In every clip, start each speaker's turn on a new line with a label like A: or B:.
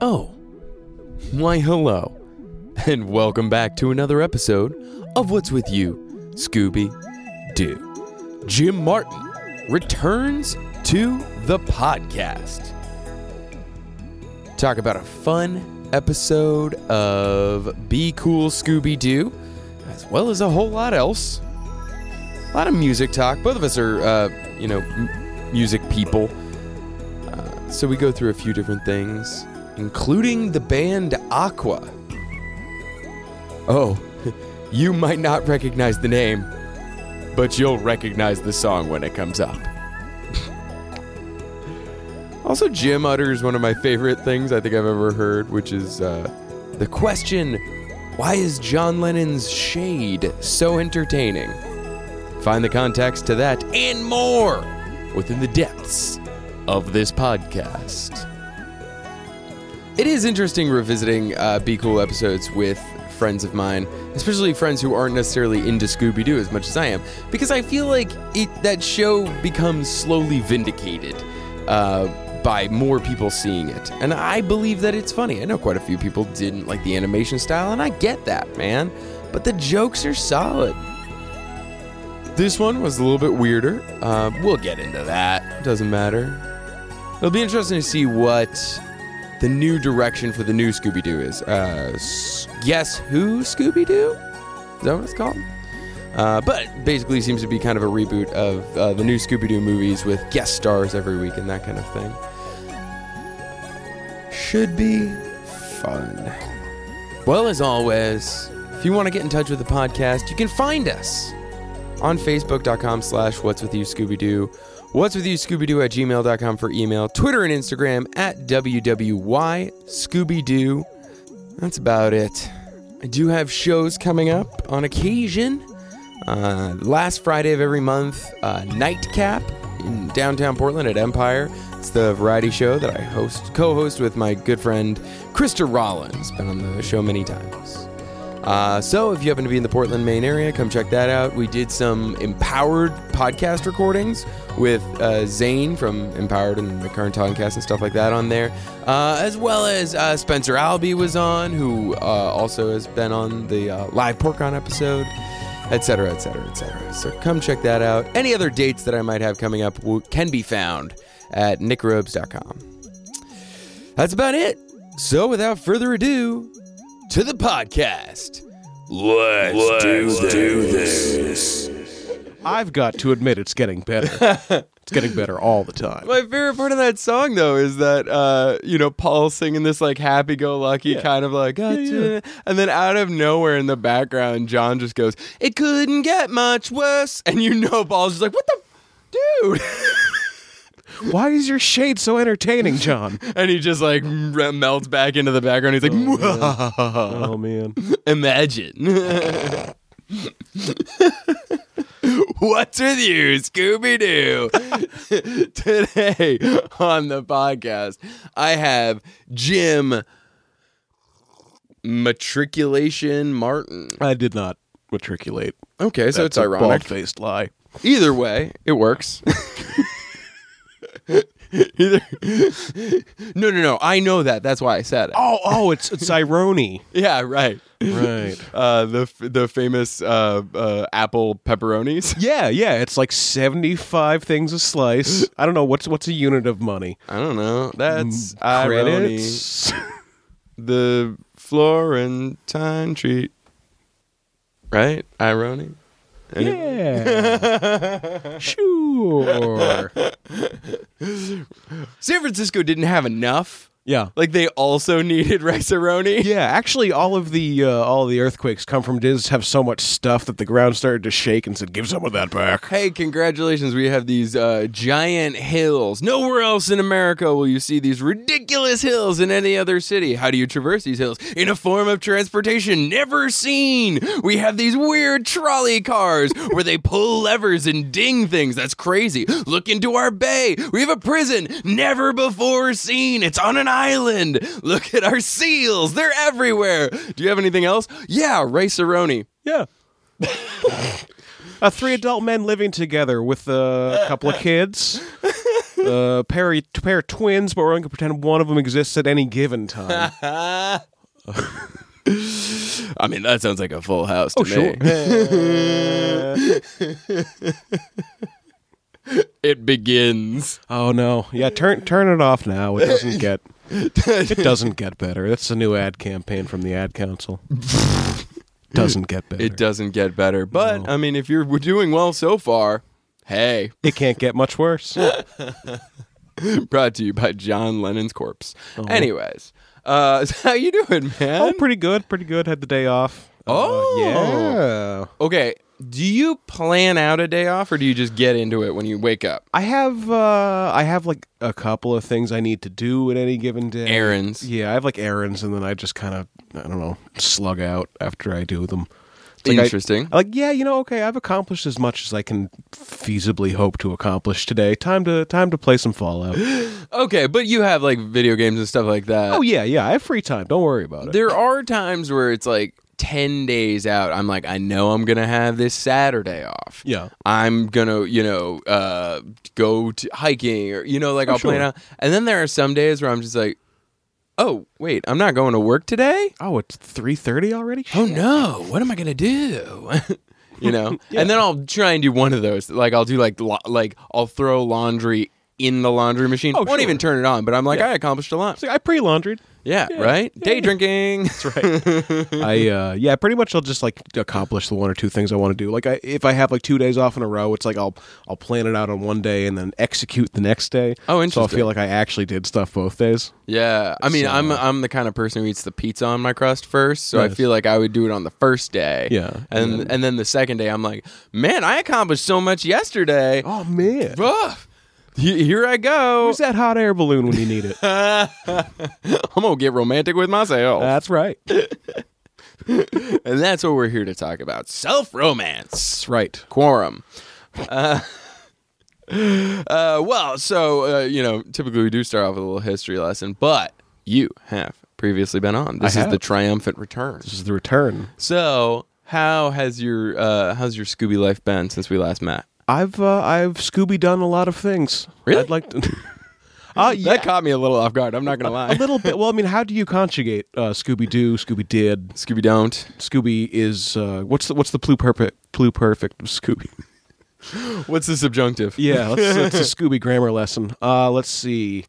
A: Oh, why hello, and welcome back to another episode of What's With You, Scooby Doo. Jim Martin returns to the podcast. Talk about a fun episode of Be Cool Scooby Doo, as well as a whole lot else. A lot of music talk. Both of us are, uh, you know, m- music people. So we go through a few different things, including the band Aqua. Oh, you might not recognize the name, but you'll recognize the song when it comes up. also, Jim utters one of my favorite things I think I've ever heard, which is uh, the question why is John Lennon's shade so entertaining? Find the context to that and more within the depths of this podcast. It is interesting revisiting uh, Be Cool episodes with friends of mine, especially friends who aren't necessarily into Scooby Doo as much as I am, because I feel like it, that show becomes slowly vindicated uh, by more people seeing it. And I believe that it's funny. I know quite a few people didn't like the animation style, and I get that, man. But the jokes are solid. This one was a little bit weirder. Uh, we'll get into that. Doesn't matter. It'll be interesting to see what the new direction for the new Scooby Doo is. Uh, s- guess who Scooby Doo? Is that what it's called? Uh, but basically, seems to be kind of a reboot of uh, the new Scooby Doo movies with guest stars every week and that kind of thing. Should be fun. Well, as always, if you want to get in touch with the podcast, you can find us on facebook.com slash what's with you scooby doo what's with you scooby doo at gmail.com for email twitter and instagram at wwy scooby doo that's about it i do have shows coming up on occasion uh, last friday of every month uh, nightcap in downtown portland at empire it's the variety show that i host co-host with my good friend krista rollins been on the show many times uh, so if you happen to be in the Portland, Maine area, come check that out. We did some Empowered podcast recordings with uh, Zane from Empowered and the current Toncast and stuff like that on there, uh, as well as uh, Spencer Albee was on, who uh, also has been on the uh, live Porkon episode. Etc. Cetera, Etc. Cetera, Etc. Cetera. So come check that out. Any other dates that I might have coming up will, can be found at nickrobes.com. That's about it. So without further ado, to the podcast.
B: Let's, do, this.
C: I've got to admit it's getting better. it's getting better all the time.
A: My favorite part of that song, though, is that uh, you know Paul singing this like happy-go-lucky kind of like, "Gotcha," and then out of nowhere in the background, John just goes, "It couldn't get much worse," and you know Paul's just like, "What the, dude."
C: Why is your shade so entertaining, John?
A: And he just like re- melts back into the background. He's like,
C: oh man.
A: Imagine. What's with you, Scooby Doo? Today on the podcast, I have Jim Matriculation Martin.
C: I did not matriculate.
A: Okay, so it's
C: Bald
A: ironic.
C: faced lie.
A: Either way, it works. Either. No, no, no. I know that. That's why I said it.
C: Oh, oh, it's it's irony.
A: Yeah, right.
C: Right.
A: Uh, the f- the famous uh, uh, apple pepperonis.
C: Yeah, yeah. It's like seventy five things a slice. I don't know what's what's a unit of money.
A: I don't know. That's irony.
C: Credits.
A: The Florentine treat. Right? Irony.
C: yeah. sure.
A: San Francisco didn't have enough.
C: Yeah.
A: Like they also needed rice-a-roni.
C: Yeah, actually, all of the uh, all the earthquakes come from Diz have so much stuff that the ground started to shake and said, "Give some of that back."
A: Hey, congratulations. We have these uh, giant hills. Nowhere else in America will you see these ridiculous hills in any other city. How do you traverse these hills? In a form of transportation never seen. We have these weird trolley cars where they pull levers and ding things. That's crazy. Look into our bay. We have a prison never before seen. It's on an island. Look at our seals. They're everywhere. Do you have anything else? Yeah, Riceroni.
C: Yeah. uh, three adult men living together with uh, a couple of kids. uh, pair pair of twins, but we're only gonna pretend one of them exists at any given time.
A: I mean, that sounds like a full house to
C: Oh, sure.
A: me. It begins.
C: oh no, yeah, turn turn it off now. It doesn't get it doesn't get better. That's the new ad campaign from the ad council. doesn't get better.
A: It
C: It,
A: doesn't get better, but
C: No.
A: I mean, if you're we're doing well so far, hey,
C: can't get much worse.
A: brought to you by John Lennon's corpse. Anyways, uh, how you doing, man?
C: Uh-huh. oh, pretty good, pretty good. Had the day off. Uh,
A: Oh.
C: yeah.
A: Okay. Do you plan out a day off or do you just get into it when you wake up?
C: I have uh I have like a couple of things I need to do at any given day.
A: Errands.
C: Yeah, I have like errands and then I just kind of I don't know, slug out after I do them. It's like I-
A: Interesting.
C: like yeah, you know, okay, I've accomplished as much as I can feasibly hope to accomplish today. Time to time to play some Fallout.
A: okay, but you have like video games and stuff like that.
C: oh yeah, yeah, I have free time. Don't worry about it.
A: There are times where it's like 10 days out. I'm like, I know I'm going to have this Saturday off.
C: yeah.
A: I'm gonna, you know, uh, go to hiking or you know, like I'll plan
C: sure.
A: out. And then there are some days where I'm just like, oh wait, I'm not going to work today.
C: Oh, it's 3:30 already?
A: Oh no, what am I gonna do? you know, and then I'll try and do one of those. Like I'll do like la- like I'll throw laundry in the laundry machine. I won't
C: sure.
A: even turn it on, but I'm like, I accomplished a lot.
C: It's like, I pre-laundried.
A: Yeah, right. Day drinking.
C: I uh yeah, pretty much I'll just like accomplish the one or two things I want to do. Like I if I have like two days off in a row, it's like I'll I'll plan it out on one day and then execute the next day.
A: Oh,
C: So I
A: interesting.
C: feel like I actually did stuff both days.
A: Yeah, I mean,
C: So-
A: I'm I'm the kind of person who eats the pizza on my crust first, so I
C: Nice.
A: feel like I would do it on the first day.
C: Yeah,
A: and and then, the second day, I'm like, man, I accomplished so much yesterday.
C: Oh man.
A: Ugh, he- here I go.
C: Where's that hot air balloon when you need it?
A: I'm gonna get romantic with myself,
C: That's right.
A: and that's what we're here to talk about: self romance.
C: That's right.
A: quorum. Uh, uh, well, so uh, you know, typically we do start off with a little history lesson, but you have previously been on. This
C: I
A: is
C: have.
A: the triumphant return.
C: This is the return.
A: So, how has your uh, how's your Scooby life been since we last met?
C: I've uh, I've Scooby done a lot of things.
A: Really?
C: I'd like to Uh, yeah,
A: That caught me a little off guard. I'm not gonna
C: a
A: lie.
C: little bit. Well, I mean, how do you conjugate uh, Scooby Doo, Scooby Did,
A: Scooby don't.
C: Scooby is uh, what's the what's the pluperfect pluperfect of Scooby?
A: What's the subjunctive?
C: Yeah, let's, it's a Scooby grammar lesson. Uh, let's see.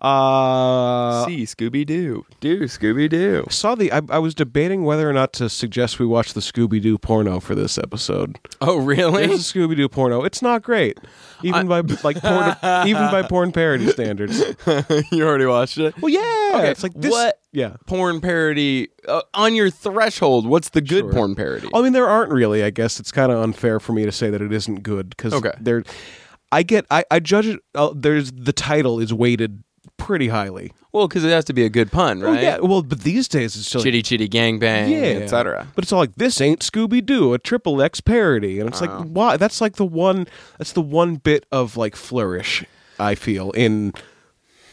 C: Uh,
A: See Scooby Doo. Do Scooby Doo.
C: saw the. I, I was debating whether or not to suggest we watch the Scooby Doo porno for this episode.
A: Oh, really?
C: There's a Scooby Doo porno. It's not great, even by like porn, even by porn parody standards.
A: you already watched it.
C: Well, yeah,
A: Okay,
C: it's like this.
A: what-
C: Yeah.
A: Porn parody uh, on your threshold. What's the good
C: Sure.
A: porn parody?
C: I mean, there aren't really. I guess it's kind of unfair for me to say that it isn't good because
A: Okay.
C: there. I get. I, I judge it. Uh, there's the title is weighted pretty highly.
A: Well, because it has to be a good pun, right?
C: Well, Oh, yeah. Well, but these days it's just like,
A: Chitty chitty gang bang,
C: yeah,
A: etc.
C: But it's all like this ain't Scooby Doo, a triple X parody, and it's
A: Oh.
C: like why? That's like the one. That's the one bit of like flourish I feel in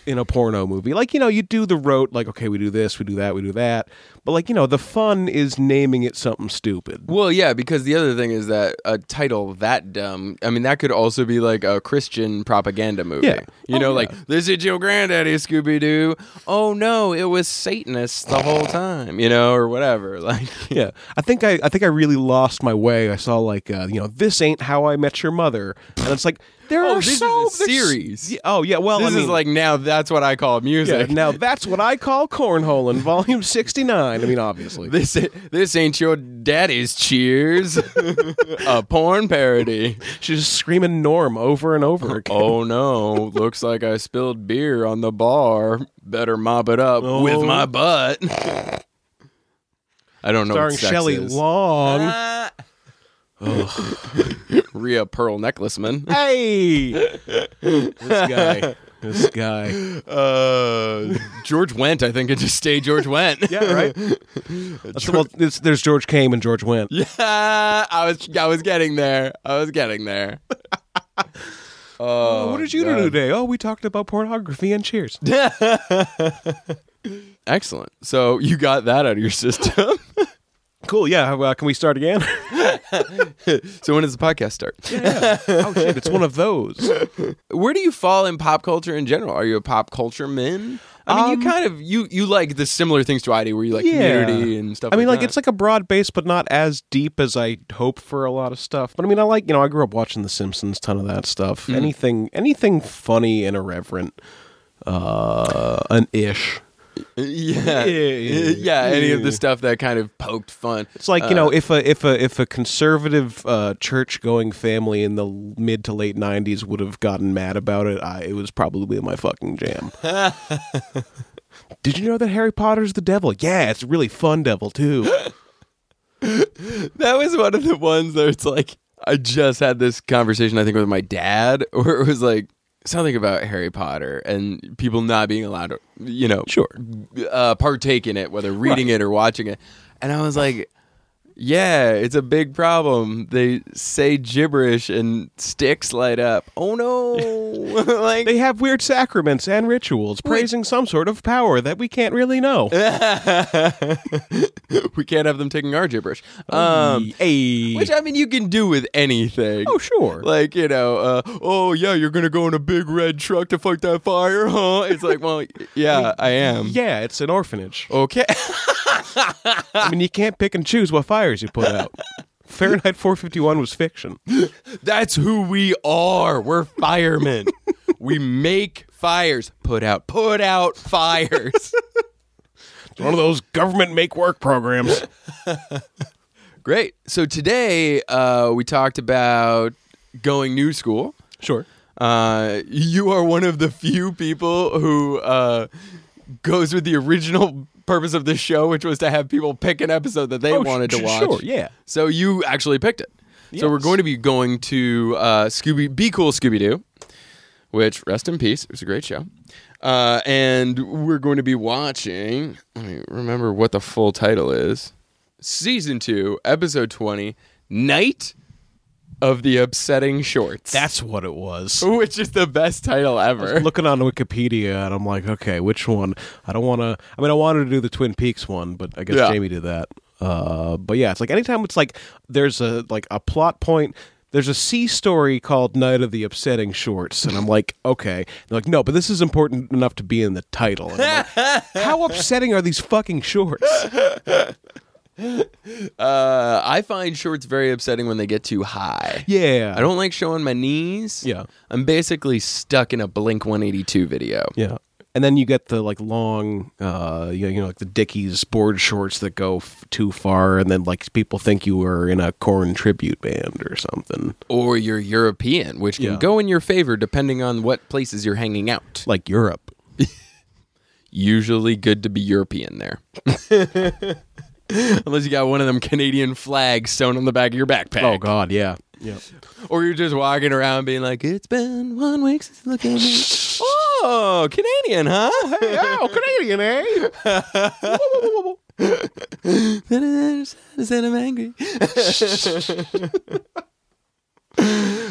C: in a porno movie. Like you know, you do the rote, like okay, we do this, we do that, we do that, but like you know, the fun is naming it something stupid.
A: Well, yeah, because the other thing is that a title that dumb, I mean, that could also be like a Christian propaganda movie.
C: Yeah.
A: You know, like, this is your granddaddy, Scooby Doo. Oh, no, it was Satanists the whole time, you know, or whatever. Like,
C: Yeah, I think I, I think I really lost my way. I saw like uh, you know this ain't how I met your mother, and it's like there
A: Oh,
C: are
A: this is
C: so
A: a
C: there's-
A: series.
C: Yeah, oh yeah, well
A: this
C: I mean,
A: is like now that's what I call
C: yeah,
A: music.
C: now that's what I call cornholing, volume sixty nine. I mean, obviously,
A: This, i- this ain't your daddy's cheers. a porn parody.
C: she's just screaming Norm over and over again.
A: Oh no, looks like I spilled beer on the bar. Better mop it up with
C: Oh.
A: my butt. I don't know
C: starring
A: what sex
C: Shelley
A: is.
C: Long.
A: Rhea Pearl Necklaceman.
C: hey, this guy, this guy.
A: Uh, George Went, I think it just stay George Went.
C: Yeah, right. That's- well, it's, there's George Came and George Went.
A: Yeah, I was I was getting there. I was getting there. Uh,
C: what did you do today? Oh, we talked about pornography and Cheers.
A: Excellent. So you got that out of your system.
C: Cool. Yeah. Uh, can we start again?
A: So when does the podcast start?
C: oh shit! It's one of those.
A: Where do you fall in pop culture in general? Are you a pop culture man? I mean, you kind of you you like the similar things to I do, where you like
C: Um, Yeah.
A: community and stuff.
C: I mean, like
A: that.
C: it's like a broad base, but not as deep as I hope for a lot of stuff. But I mean, I like you know, I grew up watching The Simpsons, ton of that stuff. Anything, anything funny and irreverent, uh, an ish.
A: yeah, yeah,
C: yeah,
A: any of
C: yeah.
A: the stuff that kind of poked fun.
C: It's like you know, if a if a if a conservative uh, church going family in the l- mid to late '90s would have gotten mad about it, I, it was probably my fucking jam. Did you know that Harry Potter's the devil? Yeah, it's a really fun devil too.
A: That was one of the ones that it's like I just had this conversation I think with my dad where it was like something about Harry Potter and people not being allowed to you know sure uh, partake in it whether reading it or watching it and I was like yeah it's a big problem they say gibberish and sticks light up oh no like
C: They have weird sacraments and rituals praising some sort of power that we can't really know.
A: we can't have them taking our gibberish um
C: Hey.
A: which I mean you can do with anything
C: oh, sure.
A: like you know uh, oh yeah you're gonna go in a big red truck to fight that fire huh it's like well yeah i am
C: yeah, it's an orphanage.
A: okay
C: I mean, you can't pick and choose what fires you put out. Fahrenheit 451 was fiction.
A: that's who we are we're firemen we make fires put out put out fires
C: It's one of those government make work programs.
A: great so today uh, we talked about going new school
C: Sure.
A: uh, you are one of the few people who uh, goes with the original purpose of this show which was to have people pick an episode that they
C: Oh, sh-
A: wanted to
C: sh-
A: watch
C: Sure, yeah.
A: So you actually picked it. So we're
C: Yes.
A: going to be going to uh, Scooby Be Cool Scooby Doo, which rest in peace. It was a great show. Uh, and we're going to be watching. Let me remember what the full title is. Season two, episode twenty, Night of the Upsetting Shorts.
C: That's what it was.
A: which is the best title ever.
C: Looking on Wikipedia, and I'm like, okay, which one? I don't want to. I mean, I wanted to do the Twin Peaks one, but I guess
A: Yeah.
C: Jamie did that. Uh, but yeah, it's like anytime it's like there's a like a plot point. There's a C story called Night of the Upsetting Shorts, and I'm like, okay. They're like, no, but this is important enough to be in the title. And I'm like, How upsetting are these fucking shorts?
A: Uh, I find shorts very upsetting when they get too high.
C: Yeah,
A: I don't like showing my knees.
C: Yeah.
A: I'm basically stuck in a Blink 182 video.
C: Yeah. And then you get the like long, uh, you know, you know, like the Dickies board shorts that go f- too far, and then like people think you were in a corn tribute band or something,
A: or you're European, which can
C: Yeah.
A: go in your favor depending on what places you're hanging out.
C: like Europe.
A: Usually good to be European there. Unless you got one of them Canadian flags sewn on the back of your backpack.
C: Oh God, yeah, yeah.
A: Or you're just walking around being like, it's been one week since looking at me. Oh, Canadian, huh?
C: oh, Canadian, eh?
A: I said I'm angry.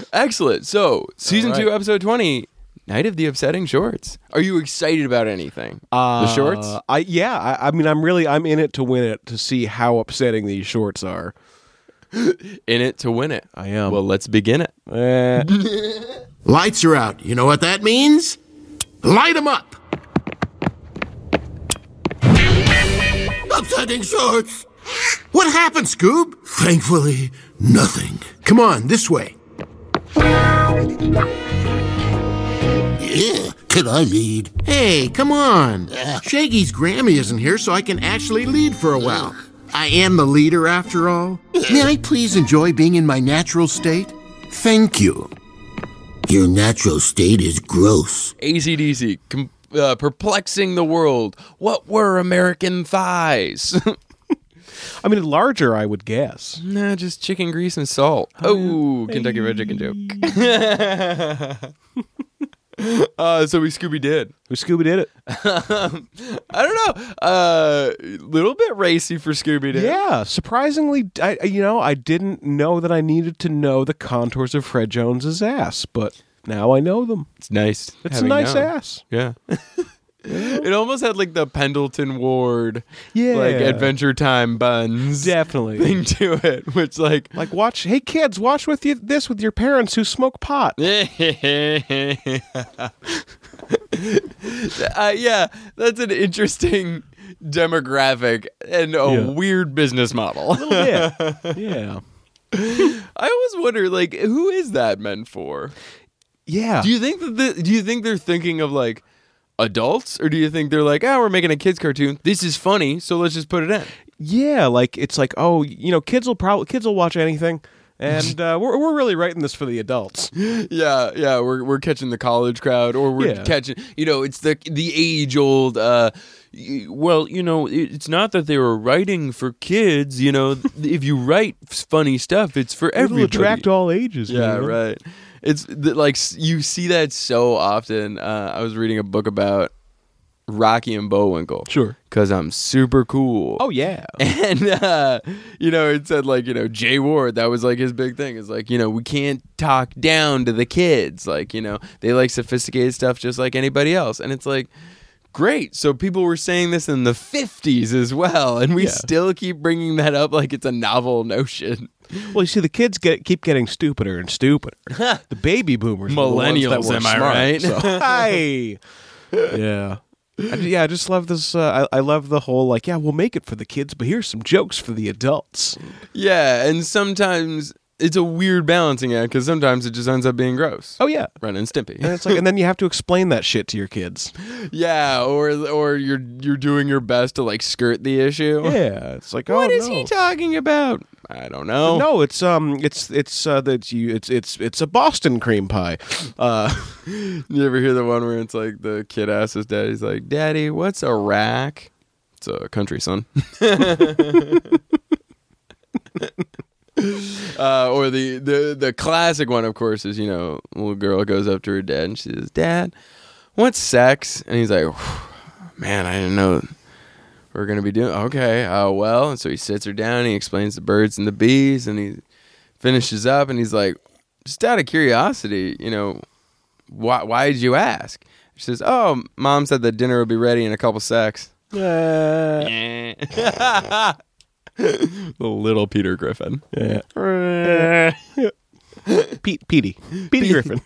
A: Excellent. So, season two, episode 20, Night of the Upsetting Shorts. Are you excited about anything?
C: Uh,
A: the shorts?
C: I yeah. I, I mean, I'm really I'm in it to win it to see how upsetting these shorts are.
A: In it to win it.
C: I am.
A: Well, let's begin it.
C: Eh.
D: Lights are out. You know what that means? Light 'em up. Upsetting shorts. What happened, Scoob? Thankfully, nothing. Come on, this way. Yeah, could I lead? Hey, come on. Shaggy's Grammy isn't here, so I can actually lead for a while. I am the leader, after all. May I please enjoy being in my natural state? Thank you. Your natural state is gross.
A: ACDC, com- uh, perplexing the world. What were American thighs?
C: I mean, larger, I would guess.
A: nah, just chicken grease and salt.
C: uh,
A: Oh, Kentucky Fried Chicken joke. uh, so we Scooby did.
C: Who Scooby did it?
A: I don't know. Uh, little bit racy for Scooby Doo.
C: Yeah, surprisingly, I I- you know I didn't know that I needed to know the contours of Fred Jones's ass, but now I know them.
A: it's nice.
C: It's
A: having
C: a nice
A: known.
C: ass.
A: Yeah. It almost had like the Pendleton Ward,
C: Yeah.
A: like Adventure Time buns
C: Definitely.
A: thing to it, which like,
C: Like watch, hey kids, watch with you this with your parents who smoke pot.
A: uh, yeah, that's an interesting demographic and a
C: Yeah.
A: weird business model.
C: yeah, yeah,
A: I always wonder, like, who is that meant for?
C: yeah.
A: Do you think that the, do you think they're thinking of like adults, or do you think they're like, ah, we're making a kids cartoon. This is funny, so let's just put it in.
C: yeah, like it's like oh, you know, kids will probably kids will watch anything, and uh, we're we're really writing this for the adults.
A: Yeah, yeah, we're we're catching the college crowd, or we're
C: Yeah.
A: catching. You know, it's the the age old. Uh, y- well, you know, it- it's not that they were writing for kids. You know, if you write s- funny stuff, it's for
C: It'll
A: everybody.
C: attract all ages.
A: yeah,
C: man.
A: right. It's th- like s- you see that so often. Uh, I was reading a book about Rocky and Bullwinkle.
C: Sure.
A: because I'm super cool.
C: Oh yeah.
A: And uh, you know, it said like you know Jay Ward. That was like his big thing. Is like you know we can't talk down to the kids. Like you know they like sophisticated stuff just like anybody else. And it's like great. So people were saying this in the fifties as well, and we
C: Yeah.
A: still keep bringing that up like it's a novel notion.
C: Well, you see, the kids get keep getting stupider and stupider. the baby boomers, were the ones that
A: Millennials,
C: were
A: am I
C: smart,
A: right?
C: So. Hi. yeah. I, ju- yeah, I just love this. Uh, I, I love the whole like, yeah, we'll make it for the kids, but here's some jokes for the adults.
A: Yeah, and sometimes it's a weird balancing act because sometimes it just ends up being gross.
C: Oh yeah,
A: Ren and Stimpy.
C: and it's like, and then you have to explain that shit to your kids.
A: Yeah, or or you're you're doing your best to like skirt the issue.
C: Yeah, it's like,
A: What
C: oh
A: is
C: no.
A: he talking about? I don't know.
C: no, it's um, it's it's uh, that you, it's it's it's a Boston cream pie. Uh,
A: You ever hear the one where it's like the kid asks his dad, he's like, "Daddy, what's a rack?" It's a country son. uh, or the, the the classic one, of course, is you know, little girl goes up to her dad and she says, "Dad, what's sex?" And he's like, "Whew, "Man, I didn't know." We're gonna be doing okay. Uh, well, and so he sits her down. He explains the birds and the bees, and he finishes up, and he's like, "Just out of curiosity, you know, why why did you ask? She says, Oh, mom said that dinner would be ready in a couple secs.
C: yeah.
A: The little Peter Griffin.
C: Pete, Petey, Petey Griffin.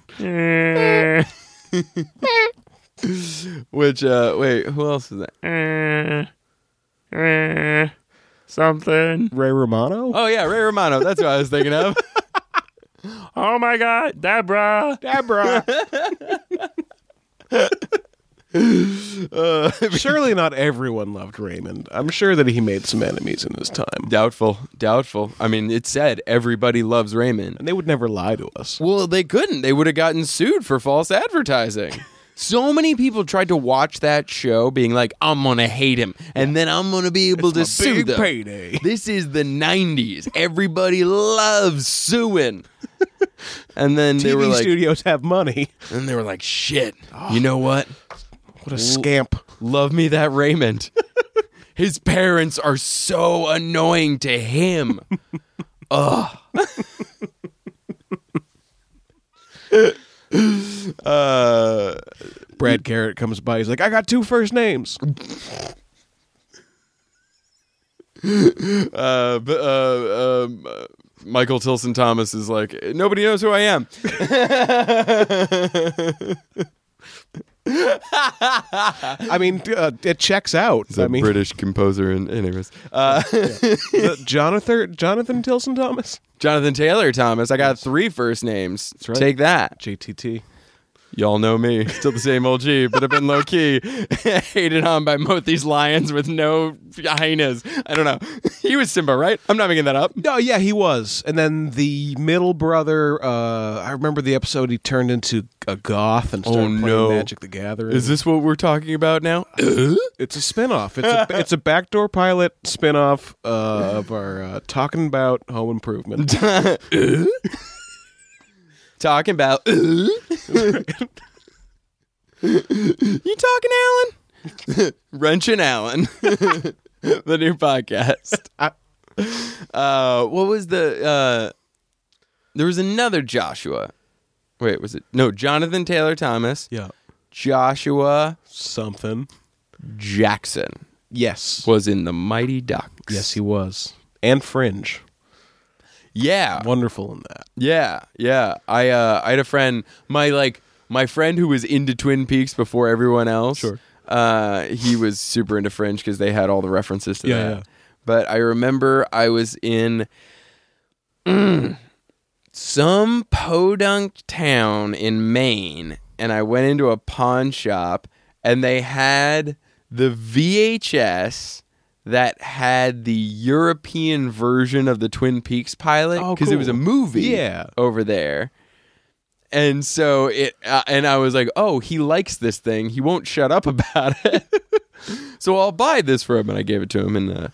A: Which uh wait, who else is that?
E: Something.
C: Ray Romano.
A: Oh yeah, Ray Romano, that's what I was thinking of.
E: Oh my god, Deborah.
C: Deborah. Uh, Surely not everyone loved Raymond. I'm sure that he made some enemies in his time.
A: doubtful, doubtful. I mean, it said everybody loves Raymond.
C: And they would never lie to us.
A: Well, they couldn't. They would have gotten sued for false advertising. So many people tried to watch that show being like, I'm gonna hate him, and then I'm gonna be able to sue
C: Big
A: them.
C: payday.
A: This is the 90s. Everybody loves suing. And then they were
C: TV
A: like,
C: studios have money.
A: and they were like, shit. You know what?
C: What a scamp.
A: Love me that Raymond. His parents are so annoying to him. Ugh. uh,
C: Brad Garrett comes by. He's like, I got two first names.
A: uh, b- uh, um, uh, Michael Tilson Thomas is like, nobody knows who I am.
C: I mean, uh, it checks out. I mean,
A: British composer and anyways. Uh,
C: the- Jonathan Jonathan Tilson Thomas.
A: Jonathan Taylor Thomas. I got three first names.
C: right.
A: Take that.
C: JTT.
A: Y'all know me. Still the same old G, but I've been low key. Hated on by both these lions with no hyenas. I don't know. He was Simba, right? I'm not making that up.
C: No, yeah, he was. And then the middle brother, uh, I remember the episode he turned into a goth and started playing
A: Oh, no.
C: Magic the Gathering.
A: Is this what we're talking about now?
C: It's a spinoff. It's a, it's a backdoor pilot spinoff uh, of our uh, talking about home improvement.
A: talking about. you talking, Alan? Wrench and Alan, the new podcast. Uh, what was the? Uh, there was another Joshua. Wait, was it no Jonathan Taylor Thomas?
C: yeah.
A: Joshua
C: Something.
A: Jackson
C: Yes.
A: was in the Mighty Ducks.
C: Yes, he was. And Fringe.
A: yeah,
C: Wonderful in that.
A: yeah, yeah. I uh, I had a friend, my like my friend who was into Twin Peaks before everyone else.
C: Sure.
A: Uh, he was super into Fringe because they had all the references to
C: Yeah,
A: that.
C: yeah.
A: But I remember I was in mm, some podunk town in Maine, and I went into a pawn shop, and they had the VHS that had the European version of the Twin Peaks pilot
C: Oh,
A: because it was a
C: cool.
A: movie
C: Yeah.
A: over there. And so it, uh, and I was like, oh, he likes this thing. He won't shut up about it. so I'll buy this for him. And I gave it to him. And, uh,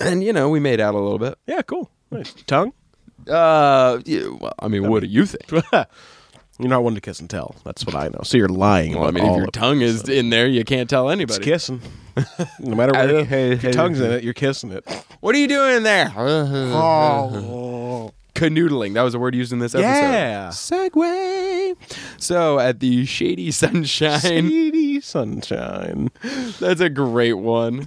A: and you know, we made out a little bit.
C: Yeah, cool. Nice. Tongue?
A: Uh, yeah, well, I mean, what do you think?
C: you're not one to kiss and tell. That's what I know. So you're lying.
A: Well, I
C: about
A: mean, if
C: all
A: your
C: of
A: tongue
C: it,
A: is
C: so-
A: in there, you can't tell
C: It's
A: anybody.
C: kissing. No matter where
A: Uh, hey,
C: if your
A: hey,
C: tongue's in it, you're kissing it.
A: What are you doing in there?
C: Uh-huh.
A: Oh, Canoodling. That was a word used in this episode.
C: Yeah.
A: Segway. So at the Shady Sunshine,
C: Shady sunshine.
A: that's a great one.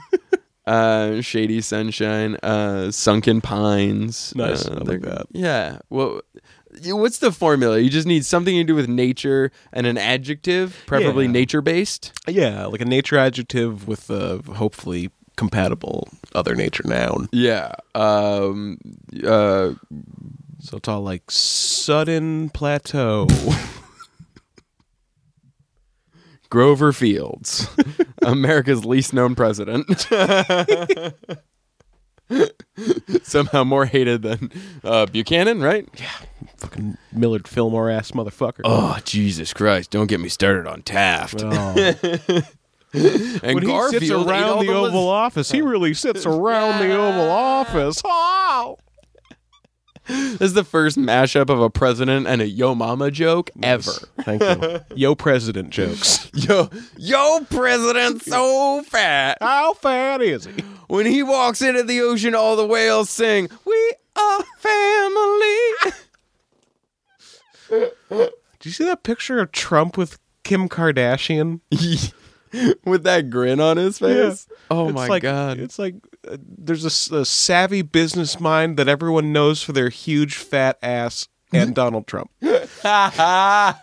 A: Uh, shady sunshine, uh, sunken pines.
C: Nice.
A: Uh,
C: I like
A: they're-
C: that.
A: Yeah. Well, you- what's the formula? You just need something to do with nature and an adjective, preferably
C: Yeah.
A: nature based.
C: Yeah, like a nature adjective with a hopefully compatible other nature noun.
A: Yeah. Um, uh,
C: So it's all like sudden plateau.
A: Grover Fields, America's least known president. Somehow more hated than uh, Buchanan, right?
C: Fucking Millard Fillmore ass motherfucker.
A: Oh, Jesus Christ. Don't get me started on Taft.
C: Oh.
A: and
C: when
A: Garfield
C: he sits
A: ate all
C: around the,
A: lis-
C: Oval Office, he really sits around the Oval Office. Oh,
A: This is the first mashup of a president and a yo mama joke ever.
C: thank you. Yo, president jokes.
A: Yo, yo, president, so fat.
C: How fat is he?
A: When he walks into the ocean, all the whales sing, We are family.
C: Do you see that picture of Trump with Kim Kardashian?
A: With that grin on his face. Oh
C: It's
A: my
C: like-
A: God.
C: It's like uh, there's a s- a, savvy business mind that everyone knows for their huge fat ass
A: Mm-hmm.
C: and Donald Trump.
A: I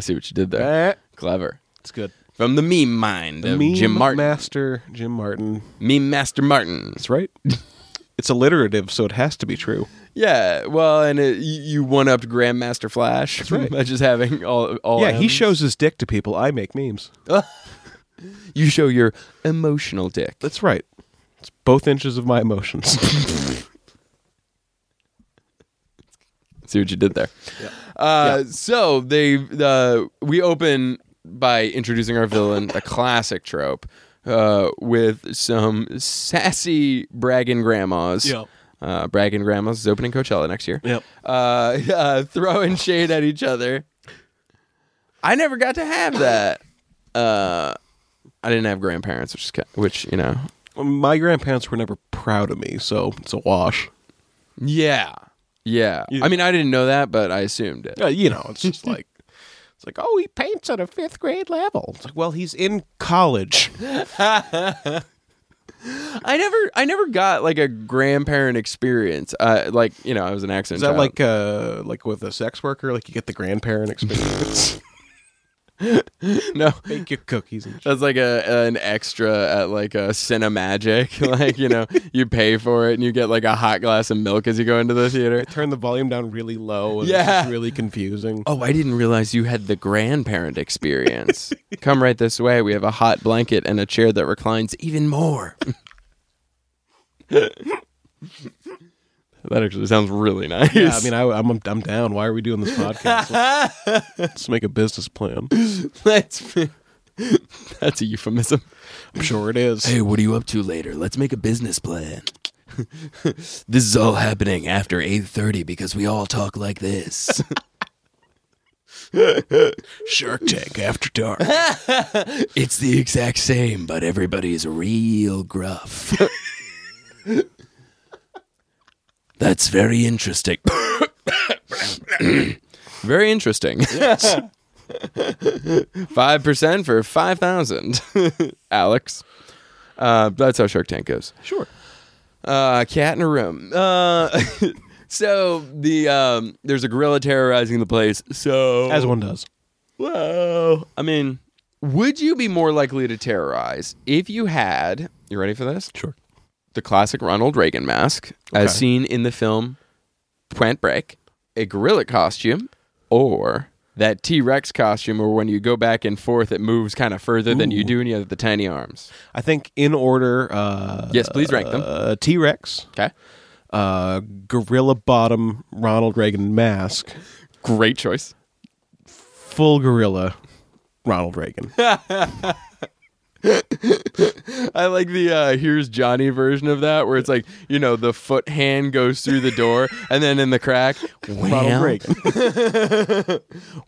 A: see what you did there.
C: Eh,
A: Clever.
C: It's good.
A: From the meme mind of
C: Meme
A: Jim Martin.
C: Master Uh, Jim Martin.
A: meme Master Martin.
C: That's right. it's alliterative, so it has to be true.
A: Yeah, well, and it, you, you one-upped Grandmaster Flash That's
C: right.
A: by just having all, all
C: yeah, he
A: M's.
C: shows his dick to people. I make memes.
A: You show your emotional dick.
C: That's right. It's both inches of my emotions.
A: See what you did there. Uh, So they uh, we open by introducing our villain, a classic trope, uh, with some sassy bragging grandmas.
C: Yep.
A: Uh, bragging grandmas is opening Coachella next year.
C: Yep.
A: Uh, uh, throwing shade at each other. I never got to have that. Uh, I didn't have grandparents, which is ki which you know.
C: my grandparents were never proud of me, so it's a wash.
A: Yeah. Yeah. I mean, I didn't know that, but I assumed it.
C: Uh, you know, it's just like it's like, oh, he paints at a fifth grade level. It's like, well, he's in college.
A: I never, I never got like a grandparent experience. Uh, like you know, I was an accident.
C: Is that
A: child.
C: like uh like with a sex worker? Like you get the grandparent experience,
A: no?
C: make your cookies and shit.
A: That's like a an extra at like a Cinemagic. like you know, you pay for it and you get like a hot glass of milk as you go into the theater.
C: turn the volume down really low. And
A: Yeah.
C: it's just really confusing.
A: Oh, I didn't realize you had the grandparent experience. Come right this way. We have a hot blanket and a chair that reclines even more. that actually sounds really nice.
C: Yeah, I mean, I, I'm I'm down. Why are we doing this podcast? Let's, let's make a business plan.
A: that's that's a euphemism.
C: I'm sure it is.
F: Hey, what are you up to later? Let's make a business plan. this is all happening after 8:30 because we all talk like this.
C: Shark Tank after dark.
F: it's the exact same, but everybody's real gruff. That's very interesting.
A: Very interesting. Five percent for five thousand, Alex. Uh, that's how Shark Tank goes.
C: Sure.
A: Uh, cat in a room. Uh, so the um, there's a gorilla terrorizing the place. So
C: As one does.
A: Whoa. I mean, would you be more likely to terrorize if you had, you ready for this?
C: Sure.
A: The classic Ronald Reagan mask,
C: Okay.
A: as seen in the film Point Break, a gorilla costume, or that T Rex costume, or when you go back and forth, it moves kind of further than you do, and you have the tiny arms.
C: I think in order. Uh,
A: Yes, please rank them.
C: Uh, T Rex,
A: Okay.
C: uh, Gorilla Bottom, Ronald Reagan mask,
A: Great choice.
C: full gorilla, Ronald Reagan.
A: I like the uh, here's Johnny version of that, where it's like, you know, the foot hand goes through the door, and then in the crack,
C: Ronald Reagan.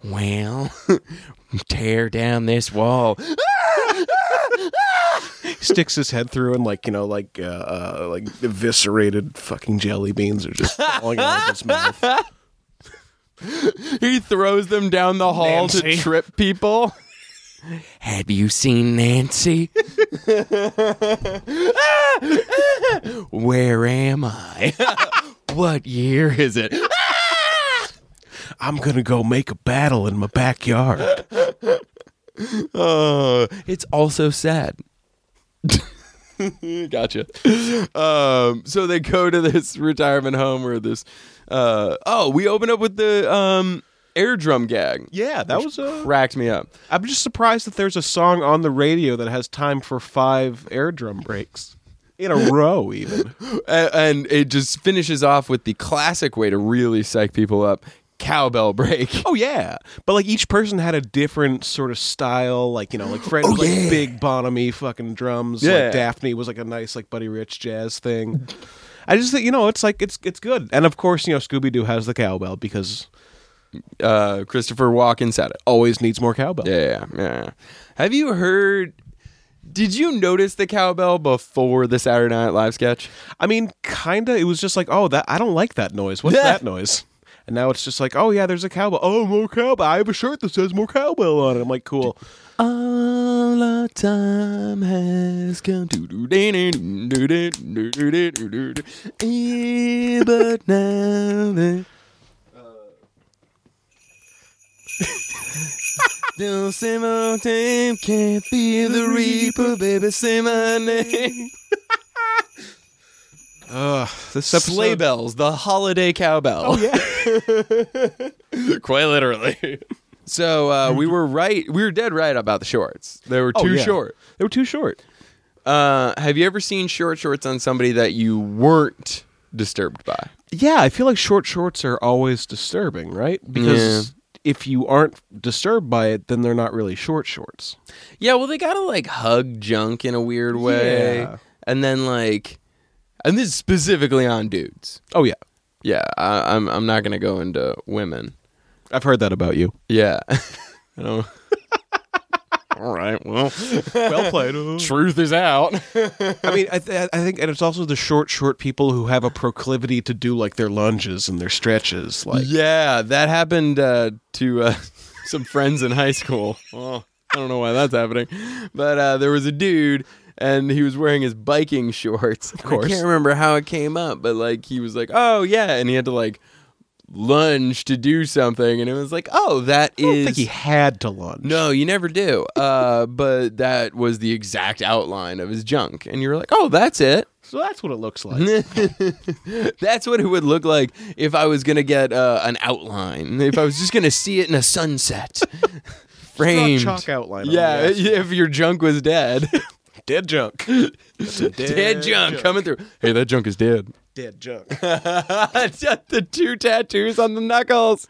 A: Well, tear down this wall.
C: Sticks his head through and like you know like uh, uh, like eviscerated fucking jelly beans are just falling out of his mouth.
A: He throws them down the hall to
C: Nancy.
A: trip people. Have you seen Nancy? Where am I? what year is it?
C: I'm gonna go make a battle in my backyard.
A: Oh, it's also sad. gotcha. Um, so they go to this retirement home or this. Uh, oh, we open up with the um, air drum gag.
C: Yeah, that was uh, a.
A: Racked me up.
C: I'm just surprised that there's a song on the radio that has time for five air drum breaks in a row, even.
A: and, and it just finishes off with the classic way to really psych people up cowbell break.
C: Oh yeah, but like each person had a different sort of style. Like you know, like Fred was like big Bonhamy fucking drums.
A: Oh, Yeah.
C: Like Daphne was like a nice like Buddy Rich jazz thing. I just think you know it's like it's it's good. And of course you know Scooby Doo has the cowbell because
A: Uh, Christopher Walken said it.
C: always needs more cowbell.
A: Yeah, yeah. Have you heard? Did you notice the cowbell before the Saturday Night Live sketch?
C: I mean, kinda. It was just like oh that I don't like that noise. What's
A: Yeah.
C: that noise? And now it's just like oh yeah, there's a cowbell. Oh more cowbell. I have a shirt that says more cowbell on it. I'm like cool.
A: All our time has come. Yeah, but now that. Don't say my name, can't be the Reaper, baby. Say my name.
C: Ugh, this
A: Sleigh
C: episode.
A: bells, the holiday cowbell. Oh yeah, quite literally. So uh, we were right. We were dead right about the shorts. They were too
C: Oh, yeah.
A: short.
C: They were too short.
A: Uh, have you ever seen short shorts on somebody that you weren't disturbed by?
C: Yeah, I feel like short shorts are always disturbing, right? Because if you aren't disturbed by it, then they're not really short shorts.
A: Yeah, well, they gotta like hug junk in a weird way,
C: Yeah.
A: and then like, and this is specifically on dudes.
C: Oh yeah,
A: Yeah, I, I'm I'm not gonna go into women.
C: I've heard that about you.
A: Yeah, I don't. All right, well,
C: Well played.
A: truth is out.
C: I mean, I, th- I think, and it's also the short short people who have a proclivity to do like their lunges and their stretches. Like,
A: Yeah, that happened uh, to uh, some friends in high school. Oh, I don't know why that's happening, but uh, there was a dude and he was wearing his biking shorts. Of
C: course.
A: I can't remember how it came up, but like he was like, "Oh yeah," and he had to like lunge to do something, and it was like, "Oh, that is."
C: I don't think he had to lunge.
A: no, you never do. Uh, but that was the exact outline of his junk, and you were like, "Oh, that's it."
C: so that's what it looks like.
A: That's what it would look like if I was gonna get uh, an outline. If I was just gonna see it in a sunset, framed.
C: chalk outline on
A: Yeah,
C: the
A: yeah, if your junk was dead,
C: dead junk.
A: dead junk coming through. Hey, that junk is dead.
C: Dead junk.
A: It's got the two tattoos on the knuckles.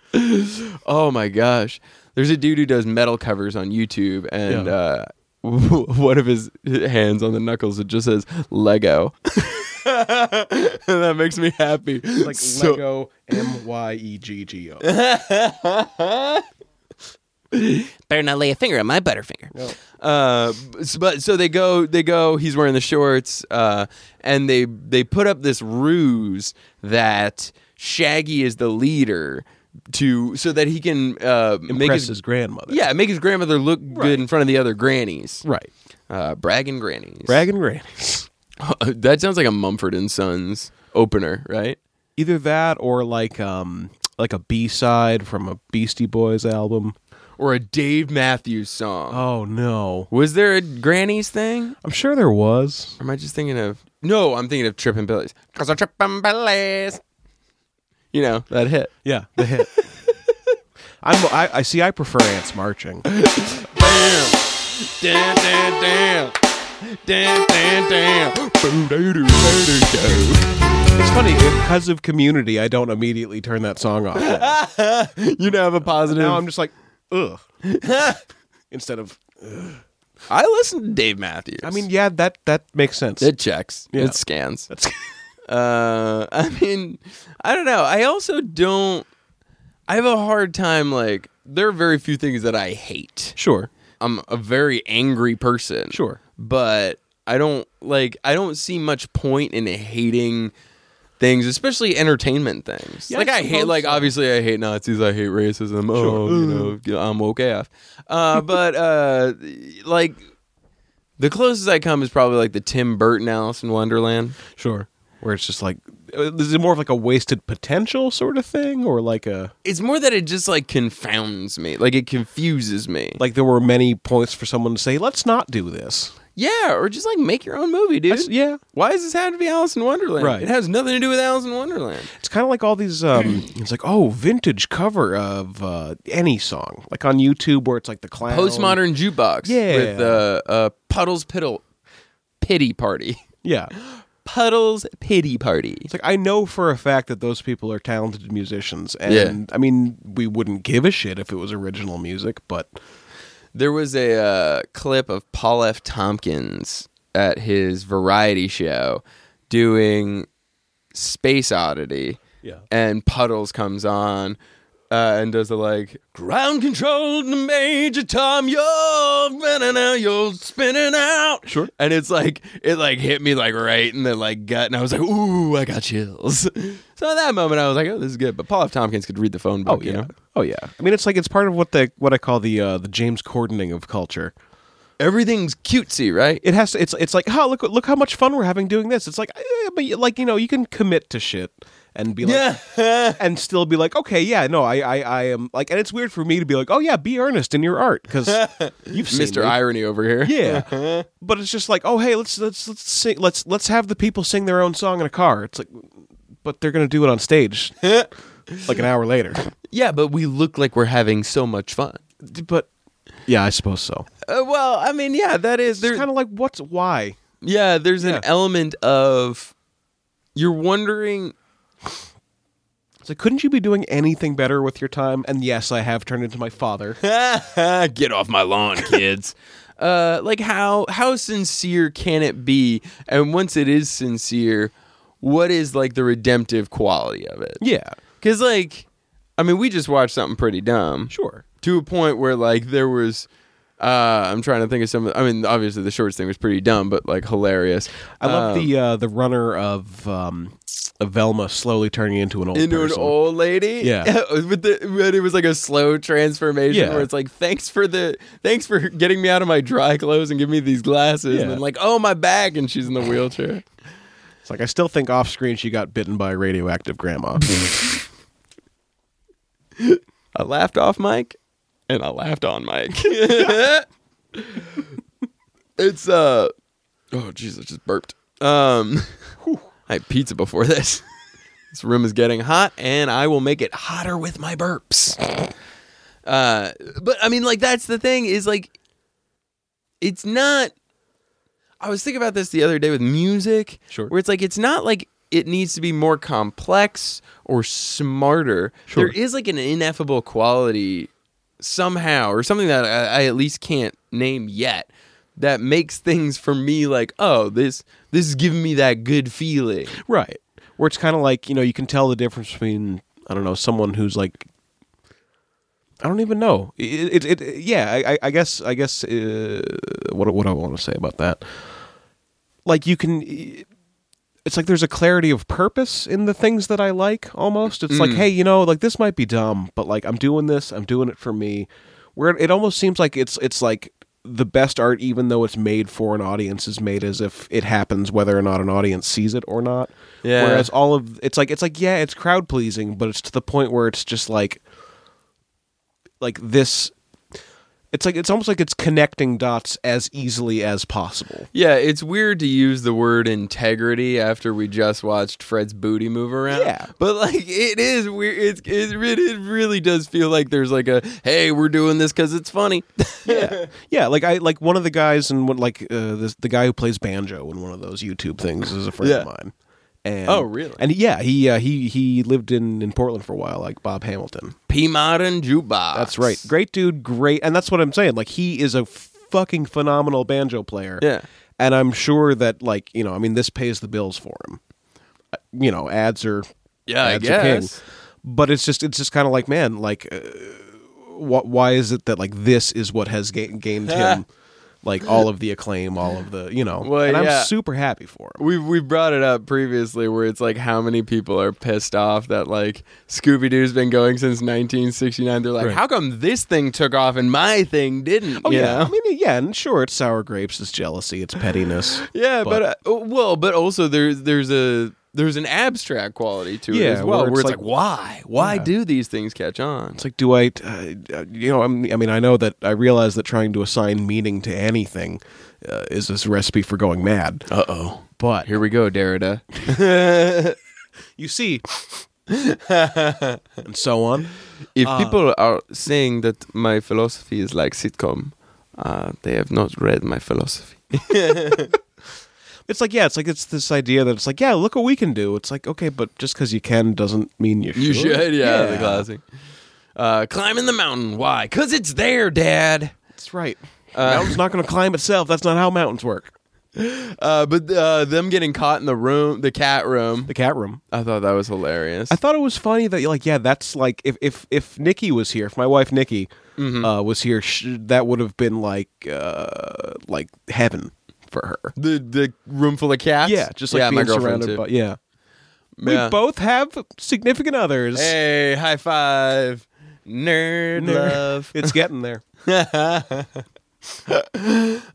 A: Oh my gosh, there's a dude who does metal covers on YouTube, and
C: Yeah.
A: uh, one of his hands on the knuckles it just says Lego. and that makes me happy.
C: Like
A: So-
C: Lego M Y E G G O.
G: Better not lay a finger on my butterfinger.
A: Uh, s- but so they go, they go. He's wearing the shorts, uh, and they they put up this ruse that Shaggy is the leader to so that he can uh, make
C: Impress
A: his,
C: his grandmother.
A: yeah make his grandmother look good in front of the other grannies,
C: Right.
A: uh, bragging grannies.
C: Bragging grannies.
A: that sounds like a Mumford and Sons opener, right?
C: Either that or like um like a B side from a Beastie Boys album.
A: Or a Dave Matthews song.
C: Oh no.
A: Was there a grannies thing?
C: I'm sure there was.
A: Or am I just thinking of? No, I'm thinking of Trippin' Billies. Cause I'm Trippin' Billies. You know that hit.
C: Yeah, the hit. I'm, I, I see. I prefer ants marching.
A: Damn, damn, damn. Damn, damn, damn.
C: It's funny because of Community, I don't immediately turn that song off. now
A: You know, have a positive.
C: I'm just like, ugh. Instead of,
A: I listen to Dave Matthews.
C: I mean, yeah, that that makes sense.
A: it checks.
C: Yeah.
A: It scans. Uh, I mean, I don't know. I also don't. I have a hard time. Like, there are very few things that I hate.
C: sure,
A: I'm a very angry person.
C: Sure.
A: But I don't like I don't see much point in hating things, especially entertainment things.
C: Yeah, I
A: like I, hate
C: suppose
A: like
C: so.
A: obviously I hate Nazis, I hate racism. Oh, you know, yeah, I'm woke AF. Uh but uh like the closest I come is probably like the Tim Burton Alice in Wonderland.
C: sure. Where it's just like, uh, is it more of like a wasted potential sort of thing, or like a
A: It's more that it just like confounds me. Like it confuses me.
C: like there were many points for someone to say, let's not do this.
A: Yeah, or just like make your own movie, dude.
C: That's- yeah.
A: Why does this have to be Alice in Wonderland?
C: Right.
A: It has nothing to do with Alice in Wonderland.
C: It's kind of like all these. Um, it's like oh, vintage cover of uh, any song, like on YouTube, where it's like the clown
A: Postmodern jukebox.
C: Yeah.
A: With uh, uh, Puddles Piddle Pity Party.
C: Yeah,
A: Puddles Pity Party.
C: It's like I know for a fact that those people are talented musicians, and
A: Yeah.
C: I mean, we wouldn't give a shit if it was original music, but
A: There was a uh, clip of Paul F. Tompkins at his variety show doing Space Oddity.
C: Yeah.
A: And Puddles comes on uh, and does the like ground control to Major Tom. You're spinning out. You're spinning out. Sure. And it's like it like hit me like right in the like gut, and I was like, ooh, I got chills. so at that moment, I was like, oh, this is good. But Paul F. Tompkins could read the phone book. you know?
C: oh yeah. I mean, it's like it's part of what the what I call the uh, the James Cordening of culture.
A: Everything's cutesy, right?
C: It has to, it's it's like oh look look how much fun we're having doing this. It's like eh, but you- like you know you can commit to shit and be like and still be like okay yeah no I I I am like and it's weird for me to be like oh yeah be earnest in your art because you've seen
A: Mr.
C: me.
A: Irony over here.
C: Yeah, but it's just like, oh hey, let's let's let's sing, let's let's have the people sing their own song in a car. It's like, but they're gonna do it on stage, like an hour later.
A: Yeah, but we look like we're having so much fun.
C: But yeah, I suppose so.
A: Uh, well, I mean, yeah, that is
C: It's
A: there.
C: kind of like, what's why?
A: yeah, there's
C: yeah.
A: an element of you're wondering.
C: It's like, couldn't you be doing anything better with your time? And yes, I have turned into my father.
A: Get off my lawn, kids. uh, like how how sincere can it be? And once it is sincere, what is like the redemptive quality of it?
C: yeah,
A: Because like, I mean, we just watched something pretty dumb.
C: sure.
A: to a point where like there was uh I'm trying to think of some of I mean obviously the shorts thing was pretty dumb but like hilarious.
C: I love
A: Um,
C: the uh, the runner of um, of Velma slowly turning into an old
A: into
C: person.
A: an old lady.
C: Yeah.
A: With the but it was like a slow transformation
C: Yeah.
A: where it's like thanks for the thanks for getting me out of my dry clothes and giving me these glasses
C: Yeah.
A: and then like oh my bag and she's in the wheelchair.
C: It's like I still think off screen she got bitten by a radioactive grandma.
A: I laughed off Mike and I laughed on Mike. it's uh oh jeez, I just burped. Um I had pizza before this. this room is getting hot and I will make it hotter with my burps. Uh but I mean like that's the thing is like it's not I was thinking about this the other day with music.
C: Sure.
A: Where it's like it's not like it needs to be more complex or smarter.
C: Sure.
A: There is like an ineffable quality somehow or something that I, I at least can't name yet that makes things for me like, oh, this this is giving me that good feeling.
C: Right. Where it's kind of like, you know, you can tell the difference between, I don't know, someone who's like, I don't even know. It, it, it yeah, I- I, I guess, I guess, uh, what, what I want to say about that. Like, you can, it's like there's a clarity of purpose in the things that I like almost. It's like, hey, you know, like this might be dumb, but like I'm doing this, I'm doing it for me. Where it almost seems like it's it's like the best art, even though it's made for an audience, is made as if it happens whether or not an audience sees it or not.
A: Yeah.
C: Whereas all of it's like it's like, yeah, it's crowd pleasing, but it's to the point where it's just like like this it's like it's almost like it's connecting dots as easily as possible.
A: Yeah, it's weird to use the word integrity after we just watched Fred's booty move around.
C: Yeah.
A: But like it is weird it's it, it really does feel like there's like a hey, we're doing this cuz it's funny.
C: Yeah, like I like one of the guys and one like uh, this, the guy who plays banjo in one of those YouTube things is a friend
A: Yeah.
C: of mine. And,
A: Oh, really?
C: And yeah, he uh, he he lived in in Portland for a while, like Bob Hamilton.
A: P modern jukebox.
C: That's right. Great dude, great. And that's what I'm saying. Like he is a fucking phenomenal banjo player.
A: Yeah.
C: And I'm sure that like, you know, I mean this pays the bills for him. Uh, You know, ads are
A: Yeah, I
C: ads are king.
A: guess.
C: But it's just it's just kind of like, man, like uh, wh- why is it that like this is what has ga- gained him like all of the acclaim, all of the, you know.
A: Well,
C: and I'm
A: yeah.
C: super happy for him.
A: We we brought it up previously where it's like how many people are pissed off that like Scooby Doo's been going since 1969. They're like, how come this thing took off and my thing didn't?
C: Oh
A: You
C: yeah.
A: know?
C: I mean yeah, and sure it's sour grapes, it's jealousy, it's pettiness.
A: Yeah, but, uh, well, but also there's there's a there's an abstract quality to
C: Yeah,
A: it as well,
C: where
A: where
C: it's
A: it's,
C: like-
A: like, why, why do these things catch on?
C: It's like, do I, uh, you know, I'm, I mean, I know that I realize that trying to assign meaning to anything uh, is this recipe for going mad.
A: Uh oh,
C: But
A: here we go, Derrida.
C: you see, and so on.
A: If people are saying that my philosophy is like sitcom, uh, they have not read my philosophy.
C: It's like, yeah, it's like, it's this idea that it's like, yeah, look what we can do. It's like, okay, but just because you can doesn't mean you should.
A: You should, yeah, the classic. Uh, climbing the mountain, why? Cause it's there, Dad.
C: That's right. mountain's not going to climb itself. That's not how mountains work.
A: Uh, but uh, them getting caught in the room, the cat room.
C: The cat room.
A: I thought that was hilarious.
C: I thought it was funny that like yeah, that's like if if if Nikki was here, if my wife Nikki
A: Mm-hmm.
C: uh, was here, sh- that would have been like uh, like heaven for her.
A: the the room full of cats.
C: Yeah, just like
A: yeah, my
C: being
A: girlfriend
C: surrounded
A: too.
C: by yeah.
A: Yeah.
C: We both have significant others.
A: Hey, high five. Nerd,
C: Nerd.
A: love.
C: It's getting there.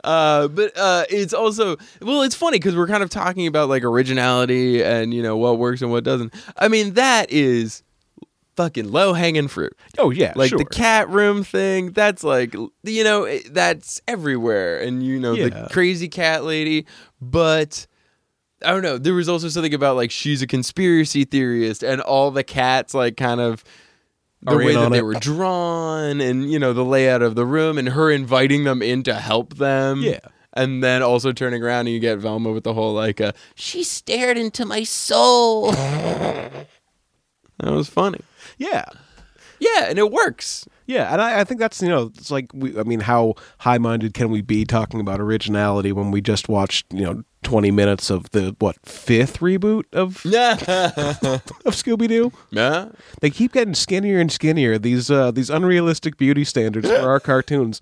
A: Uh, but uh, it's also, well, it's funny because we're kind of talking about like originality and, you know, what works and what doesn't. I mean, that is fucking low hanging fruit.
C: Oh yeah,
A: Like
C: sure.
A: the cat room thing, that's like, you know, it- that's everywhere. And, you know,
C: Yeah.
A: the crazy cat lady. But I don't know. There was also something about like she's a conspiracy theorist and all the cats, like, kind of. The
C: Are in
A: way that
C: on
A: they
C: it.
A: were drawn and you know the layout of the room and her inviting them in to help them
C: Yeah.
A: and then also turning around and you get velma with the whole like uh, she stared into my soul that was funny
C: Yeah.
A: yeah and it works
C: Yeah, and I, I think that's you know it's like we I mean how high minded can we be talking about originality when we just watched you know twenty minutes of the what fifth reboot of
A: Mm-hmm. yeah
C: of Scooby Doo?
A: yeah
C: They keep getting skinnier and skinnier. These uh, these unrealistic beauty standards for our cartoons.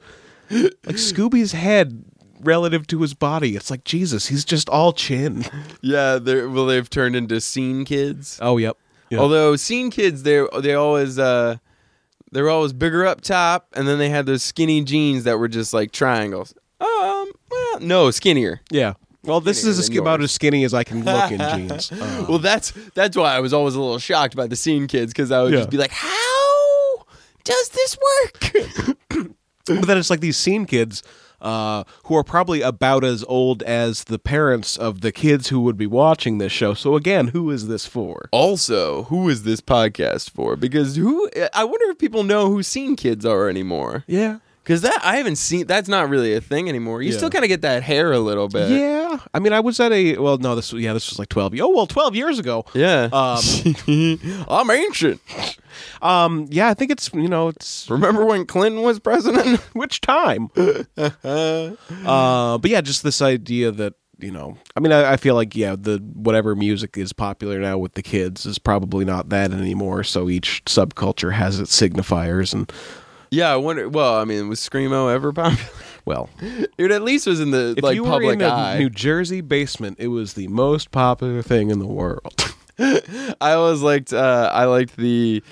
C: Like Scooby's head relative to his body, it's like Jesus. He's just all chin.
A: yeah they're, well they've turned into scene kids
C: Oh, yep.
A: Although scene kids, they they always uh, they were always bigger up top, and then they had those skinny jeans that were just like triangles. Um, well, no, skinnier.
C: yeah. Well, this
A: Skinnier
C: is as
A: than
C: about
A: yours.
C: as skinny as I can look in jeans. Uh,
A: Well, that's that's why I was always a little shocked by the scene kids because I would
C: Yeah.
A: just be like, how does this work?
C: but then it's like these scene kids uh, who are probably about as old as the parents of the kids who would be watching this show. So again, who is this for?
A: also, who is this podcast for? Because who I wonder if people know who scene kids are anymore.
C: Yeah.
A: Because that I haven't seen. That's not really a thing anymore. You
C: Yeah.
A: still kind of get that hair a little bit.
C: Yeah, I mean, I was at a well, no, this yeah, this was like twelve. Oh well, twelve years ago.
A: Yeah.
C: Um,
A: I'm ancient.
C: Um, yeah, I think it's you know it's
A: Remember when Clinton was president?
C: which time. uh, but yeah, just this idea that you know, I mean, I, I feel like yeah, the whatever music is popular now with the kids is probably not that anymore. So each subculture has its signifiers, and
A: yeah, I wonder. Well, I mean, was screamo ever popular?
C: Well,
A: It at least was in the
C: if
A: like
C: you were
A: public
C: in a
A: eye.
C: New Jersey basement, it was the most popular thing in the world.
A: I always liked uh, I liked the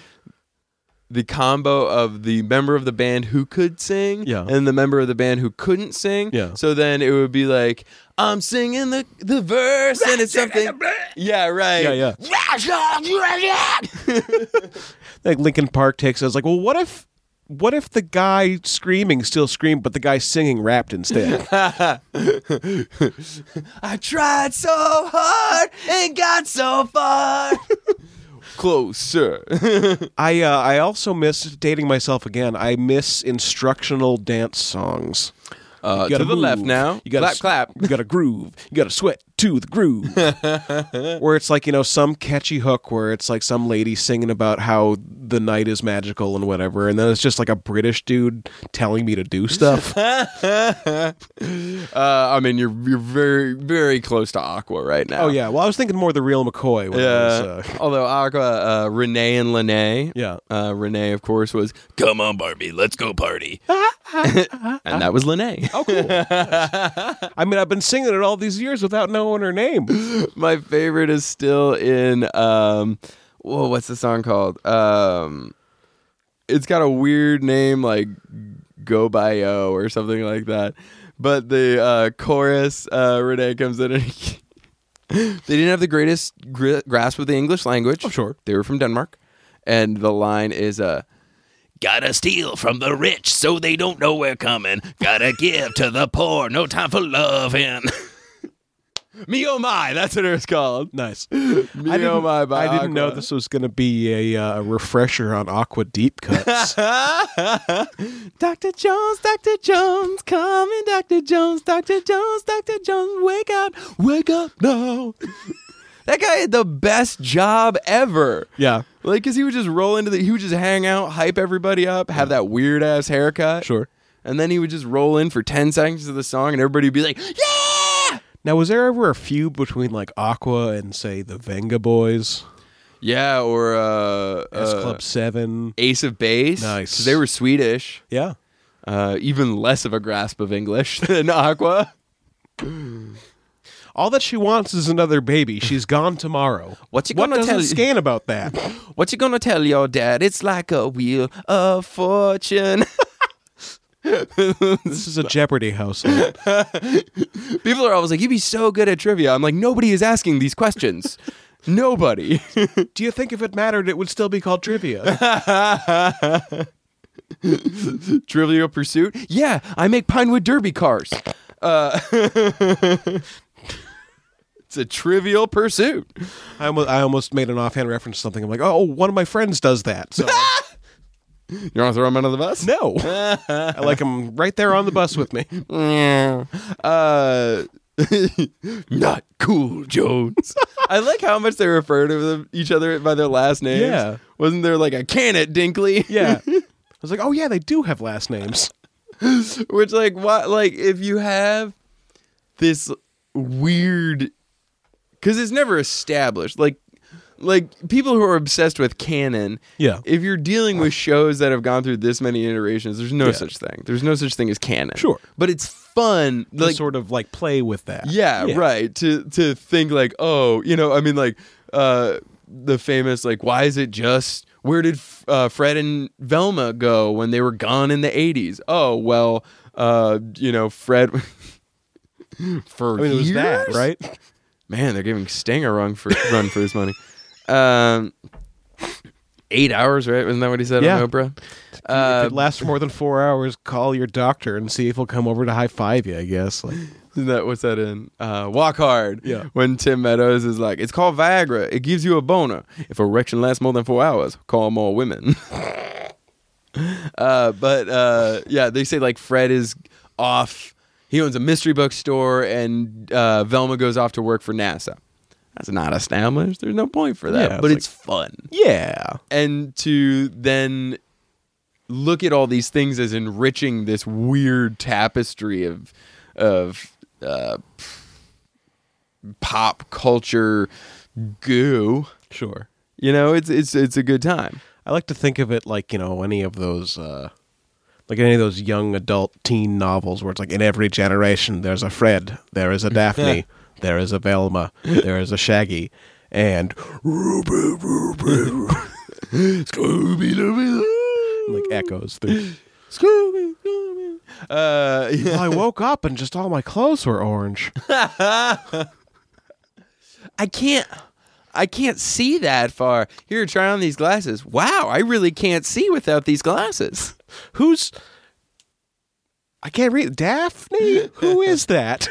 A: the combo of the member of the band who could sing
C: Yeah.
A: and the member of the band who couldn't sing.
C: Yeah.
A: So then it would be like I'm singing the the verse and it's something. Yeah, right.
C: Yeah, yeah. like Lincoln Park takes. I was like, well, what if, what if the guy screaming still screamed, but the guy singing rapped instead?
A: I tried so hard and got so far. Closer.
C: I uh, I also miss dating myself again. I miss instructional dance songs.
A: Uh,
C: You gotta
A: to the left
C: move.
A: now.
C: You gotta
A: clap, clap.
C: You gotta groove. You gotta sweat to the groove. where it's like you know some catchy hook where it's like some lady singing about how the night is magical and whatever, and then it's just like a British dude telling me to do stuff.
A: Uh, I mean, you're you're very very close to Aqua right now.
C: oh yeah. Well, I was thinking more the real McCoy. When I was, uh,
A: Although Aqua, uh, Renee and Lene.
C: Yeah.
A: Uh, Renee, of course, was "Come on, Barbie, let's go party," and that was Lene.
C: Oh, cool. I mean, I've been singing it all these years without knowing her name.
A: My favorite is still in. Um, whoa, what's the song called? Um, it's got a weird name like "Go by O" or something like that. But the uh, chorus, uh, Renee comes in and. They didn't have the greatest gr- grasp of the English language. Oh,
C: sure.
A: They were from Denmark. And the line is uh,
B: Gotta steal from the rich so they don't know we're coming. Gotta give to the poor, no time for loving.
A: Me oh my, that's what it was called.
C: Nice.
A: Me
C: I
A: oh
C: didn't,
A: my by
C: I didn't know
A: Aqua.
C: this was going to be a uh, refresher on Aqua Deep Cuts.
A: Dr. Jones, Dr. Jones, coming, Dr. Jones, Dr. Jones, Dr. Jones, wake up, wake up now. that guy had the best job ever.
C: yeah,
A: Like, cause he would just roll into the, he would just hang out, hype everybody up, have that weird ass haircut.
C: sure.
A: And then he would just roll in for 10 seconds of the song and everybody would be like, yeah!
C: Now, was there ever a feud between like Aqua and say the Venga Boys,
A: Yeah, or uh,
C: S
A: uh,
C: Club Seven?
A: Ace of Base.
C: Nice.
A: 'cause They were Swedish.
C: Yeah,
A: uh, even less of a grasp of English than Aqua.
C: all that she wants is another baby. She's gone tomorrow.
A: What you
C: what
A: gonna
C: doesn't
A: tell you?
C: scan about that?
A: What you gonna tell your dad? It's like a wheel of fortune.
C: this is a Jeopardy household.
A: People are always like, "You'd be so good at trivia." I'm like, nobody is asking these questions. nobody.
C: Do you think if it mattered, it would still be called trivia?
A: Trivial Pursuit. Yeah, I make Pinewood Derby cars. Uh, it's a Trivial Pursuit.
C: I almost, I almost made an offhand reference to something. I'm like, oh, one of my friends does that. So
A: You want to throw him under the bus?
C: no, I like him right there on the bus with me.
A: uh, not cool, Jones. I like how much they refer to them, each other by their last names.
C: Yeah.
A: wasn't there like a can it, Dinkley?
C: Yeah. I was like, oh yeah, they do have last names.
A: Which like what like if you have this weird because it's never established like like people who are obsessed with canon
C: Yeah.
A: if you're dealing with shows that have gone through this many iterations there's no such thing there's no such thing as canon
C: Sure.
A: but it's fun
C: They
A: like
C: sort of like play with that.
A: yeah, right to to think like oh you know i mean like uh the famous like why is it just where did uh, fred and velma go when they were gone in the 80s oh well uh you know fred for
C: I mean, it was that,
A: years?
C: right?
A: man they're giving sting a run for run for his money um eight hours right wasn't that what he said
C: Yeah.
A: on oprah Uh,
C: if it lasts more than four hours, call your doctor and see if he'll come over to high five you. I guess. Like,
A: Isn't that what's that in? Uh, Walk Hard.
C: Yeah.
A: When Tim Meadows is like, it's called Viagra. It gives you a boner. If erection lasts more than four hours, call more women. uh, but uh, yeah, they say like Fred is off. He owns a mystery bookstore, and uh, Velma goes off to work for NASA. That's not established. There's no point for that.
C: Yeah, it's
A: but
C: like-
A: it's fun.
C: yeah,
A: And to then look at all these things as enriching this weird tapestry of of uh, pop culture goo.
C: sure.
A: You know, it's it's it's a good time.
C: I like to think of it like you know any of those uh, like any of those young adult teen novels where it's like in every generation there's a Fred, there is a Daphne, there is a Velma, there is a Shaggy, and Ruby, Ruby, Ruby. Scooby Dooby Doo. like echoes through.
A: Scooby, Scooby. Uh, yeah.
C: I woke up and just all my clothes were orange.
A: I can't. I can't see that far. Here, try on these glasses. Wow, I really can't see without these glasses.
C: Who's? I can't read Daphne. Who is that?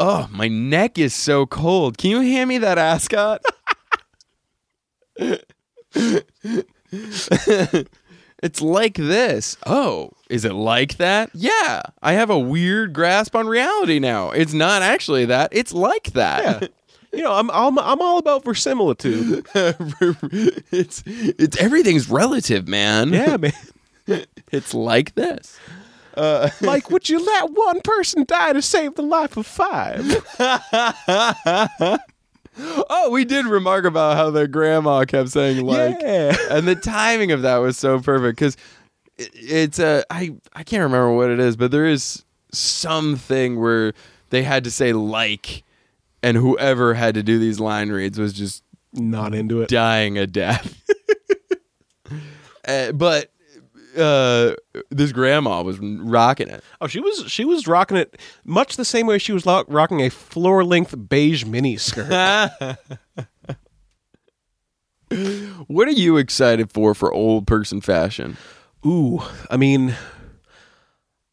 A: Oh, my neck is so cold. Can you hand me that ascot? it's like this. Oh, is it like that? Yeah, I have a weird grasp on reality now. It's not actually that. It's like that.
C: You know, I'm I'm I'm all about verisimilitude.
A: it's it's everything's relative, man.
C: Yeah, man.
A: It's like this.
C: Like, would you let one person die to save the life of five?
A: Oh, we did remark about how the grandma kept saying like,
C: Yeah.
A: and the timing of that was so perfect because it's a I I can't remember what it is, but there is something where they had to say like, and whoever had to do these line reads was just
C: Not into it.
A: dying a death. Uh, but uh, this grandma was rocking it.
C: Oh, she was she was rocking it much the same way she was lo- rocking a floor length beige mini skirt.
A: What are you excited for for old person fashion?
C: Ooh, I mean,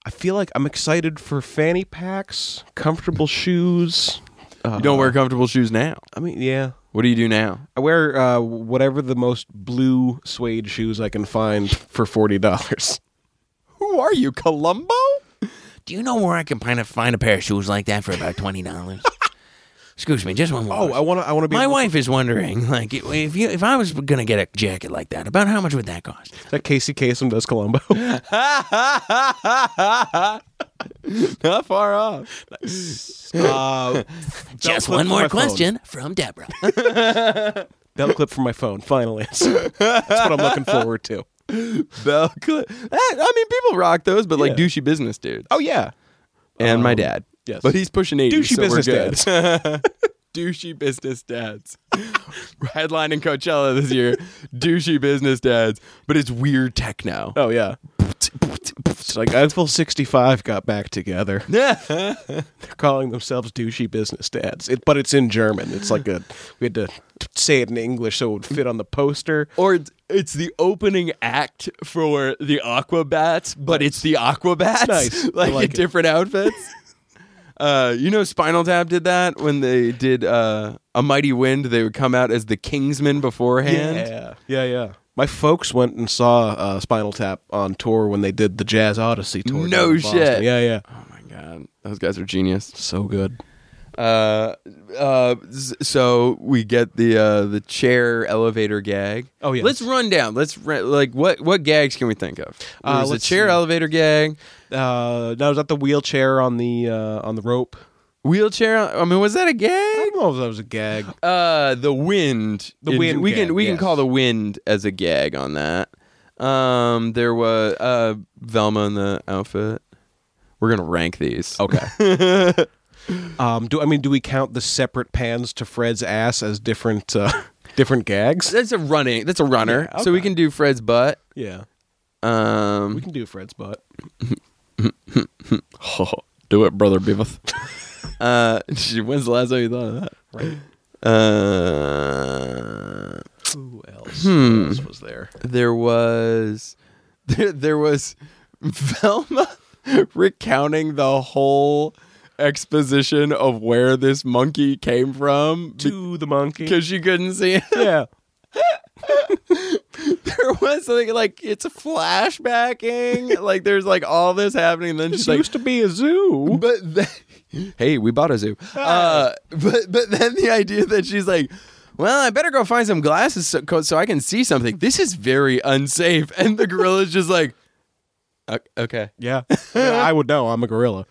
C: I feel like I'm excited for fanny packs, comfortable shoes.
A: you don't wear comfortable shoes now.
C: I mean, yeah,
A: What do you do now?
C: I wear uh, whatever the most blue suede shoes I can find for forty dollars.
A: Who are you, Columbo?
B: Do you know where I can find a, find a pair of shoes like that for about twenty dollars? Excuse me, just one more.
C: Oh, I want to. I want to be.
B: My
C: able to-
B: wife is wondering, like, if you if I was gonna get a jacket like that, about how much would that cost?
C: Is that Casey Kasem does Columbo.
A: Not far off.
C: uh,
B: Just
C: clip
B: one
C: for my
B: more
C: phone.
B: question from Deborah.
C: bell clip from my phone. Final answer. That's what I'm looking forward to.
A: Bell Cl- That- I mean, people rock those, but like
C: Yeah.
A: douchey business dudes.
C: Oh yeah,
A: and my dad.
C: yes.
A: But he's pushing 80.
C: douchey
A: so
C: business
A: we're good.
C: dads.
A: douchey business dads. Headline in Coachella this year. douchey business dads. But it's weird techno.
C: Oh yeah. It's like Eiffel 65 got back together. They're calling themselves douchey business dads. It, but it's in German. It's like a we had to t- say it in English so it would fit on the poster.
A: Or it's, it's the opening act for the Aquabats, but it's the Aquabats.
C: Nice. I
A: like,
C: like
A: in
C: it.
A: different outfits. Uh, you know, Spinal Tap did that when they did uh, A Mighty Wind. They would come out as the Kingsmen beforehand.
C: yeah, yeah, yeah. My folks went and saw uh, Spinal Tap on tour when they did the Jazz Odyssey tour. down
A: No
C: in Boston.
A: shit.
C: Yeah, yeah.
A: Oh my God. Those guys are genius.
C: So good.
A: Uh, uh, s- so we get the uh, the chair elevator gag.
C: Oh, yes.
A: Let's run down. Let's ra- like what what gags can we think of?
C: Uh,
A: There's a
C: let's
A: chair
C: see.
A: elevator gag,
C: Uh, now is that the wheelchair on the uh, on the rope?
A: wheelchair. I mean, was that a
C: I
A: gag?
C: don't know if that was a gag.
A: Uh, the wind.
C: The wind
A: We
C: gag,
A: can we can
C: yes.
A: call the wind as a gag on that. Um, there was uh Velma in the outfit. We're gonna rank these.
C: Okay. um, do I mean do we count the separate pans to Fred's ass as different uh, different gags?
A: That's a running. That's a runner. So we can do Fred's butt.
C: Yeah,
A: Um,
C: we can do Fred's butt.
A: Do it, brother Beavis. uh, gee, when's the last time you thought of that?
C: Right.
A: Uh,
C: Who else, Who else was there?
A: there was, there, there was Velma recounting the whole exposition of where this monkey came from
C: To the monkey.
A: because she couldn't see it.
C: Yeah.
A: There was something like it's flashbacking. like there's like all this happening, and then
C: This
A: she's like,
C: used to be a zoo.
A: But then, hey, we bought a zoo. Uh, but but then the idea that she's like, well, I better go find some glasses so, co- so I can see something. This is very unsafe. And the gorilla's just like, "O- okay.
C: Yeah. I, mean, I would know. I'm a gorilla.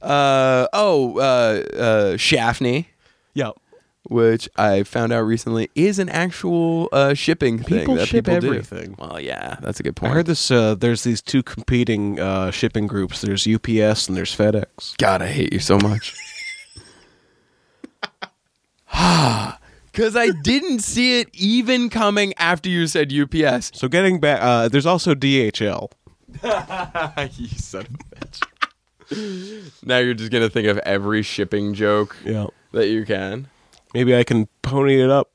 A: Uh, oh, uh, uh, Shaftney.
C: Yeah.
A: which I found out recently is an actual uh, shipping thing.
C: People
A: that
C: ship
A: people do.
C: everything.
A: Well, yeah, that's a good
C: I
A: point.
C: heard this. Uh, there's these two competing uh, shipping groups. There's UPS and there's FedEx.
A: God, I hate you so much. Because I didn't see it even coming after you said UPS.
C: So getting back, uh, there's also DHL.
A: you son of a bitch. now you're just going to think of every shipping joke
C: Yeah,
A: that you can.
C: maybe I can pony it up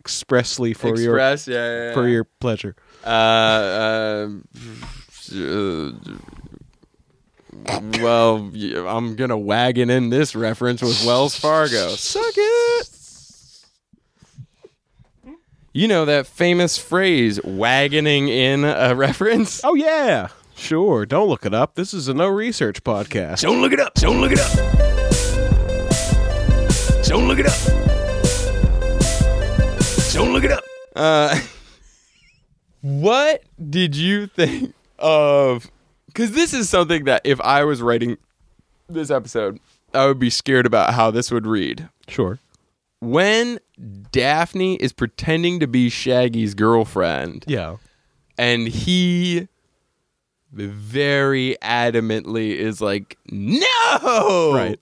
C: expressly for
A: Express, yeah, yeah, yeah.
C: your for your pleasure.
A: Uh, uh, uh, well, yeah, I'm going to wagon in this reference with Wells Fargo. Suck it. You know that famous phrase, wagoning in a reference?
C: Oh yeah, sure. Don't look it up. This is a no research podcast.
B: Don't look it up. Don't look it up. Don't look it up. Don't look it up.
A: Uh, what did you think of? Because this is something that if I was writing this episode, I would be scared about how this would read.
C: Sure.
A: When Daphne is pretending to be Shaggy's girlfriend,
C: Yeah.
A: and he very adamantly is like, "No,
C: Right.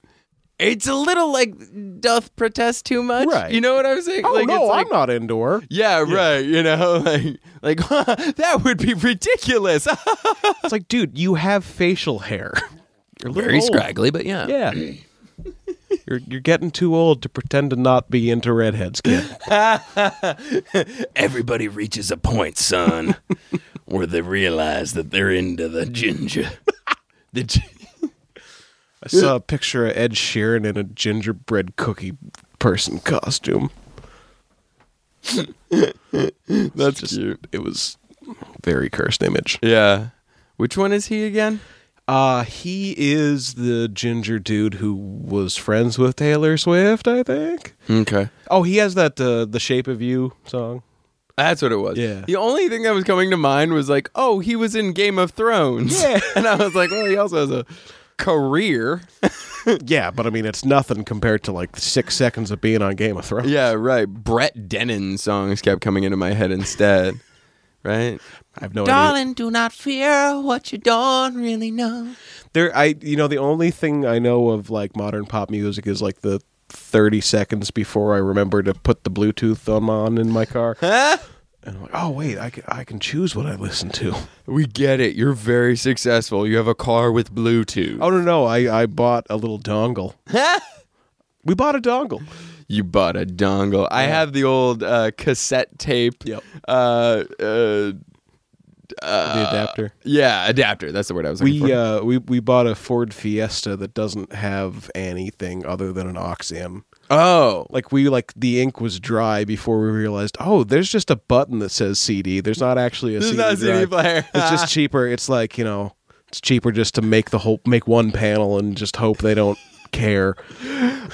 A: It's a little like doth protest too much.
C: Right.
A: You know what I was saying?
C: Oh
A: like,
C: no,
A: it's like,
C: I'm not into her.
A: yeah, right. You know, like, like that would be ridiculous.
C: It's like, dude, you have facial hair. You're a little
B: Very
C: old.
B: scraggly, but yeah.
C: Oh. Yeah. you're you're getting too old to pretend to not be into redheads, kid.
B: Everybody reaches a point, son, where they realize that they're into the ginger. The gi-
C: I saw a picture of Ed Sheeran in a gingerbread cookie person costume.
A: That's cute.
C: It was very cursed image.
A: Yeah. Which one is he again?
C: Uh he is the ginger dude who was friends with Taylor Swift, I think.
A: Okay.
C: Oh, he has that uh, the Shape of You song.
A: That's what it was.
C: Yeah.
A: The only thing that was coming to mind was like, oh, he was in Game of Thrones.
C: Yeah.
A: and I was like, well, he also has a career.
C: Yeah, but I mean it's nothing compared to like 6 seconds of being on Game of Thrones.
A: yeah, right. Brett Denon songs kept coming into my head instead. right?
C: I have no idea.
G: Darling, do not fear what you don't really know.
C: There, I you know the only thing I know of like modern pop music is like the thirty seconds before I remember to put the Bluetooth um, on in my car, and
A: Huh?
C: I'm like, oh wait, I can, I can choose what I listen to.
A: We get it. You're very successful. You have a car with Bluetooth.
C: Oh no, no, I I bought a little dongle. we bought a dongle.
A: You bought a dongle. I have the old uh, cassette tape.
C: Yep.
A: Uh, uh,
C: the adapter.
A: yeah, adapter. That's the word I was looking
C: Uh, We
A: for.
C: uh we we bought a Ford Fiesta that doesn't have anything other than an aux in.
A: oh,
C: Like we like the ink was dry before we realized. Oh, there's just a button that says CD. There's not actually a
A: this is
C: CD.
A: not a CD
C: drive.
A: player.
C: it's just cheaper. It's like you know, it's cheaper just to make the whole make one panel and just hope they don't care.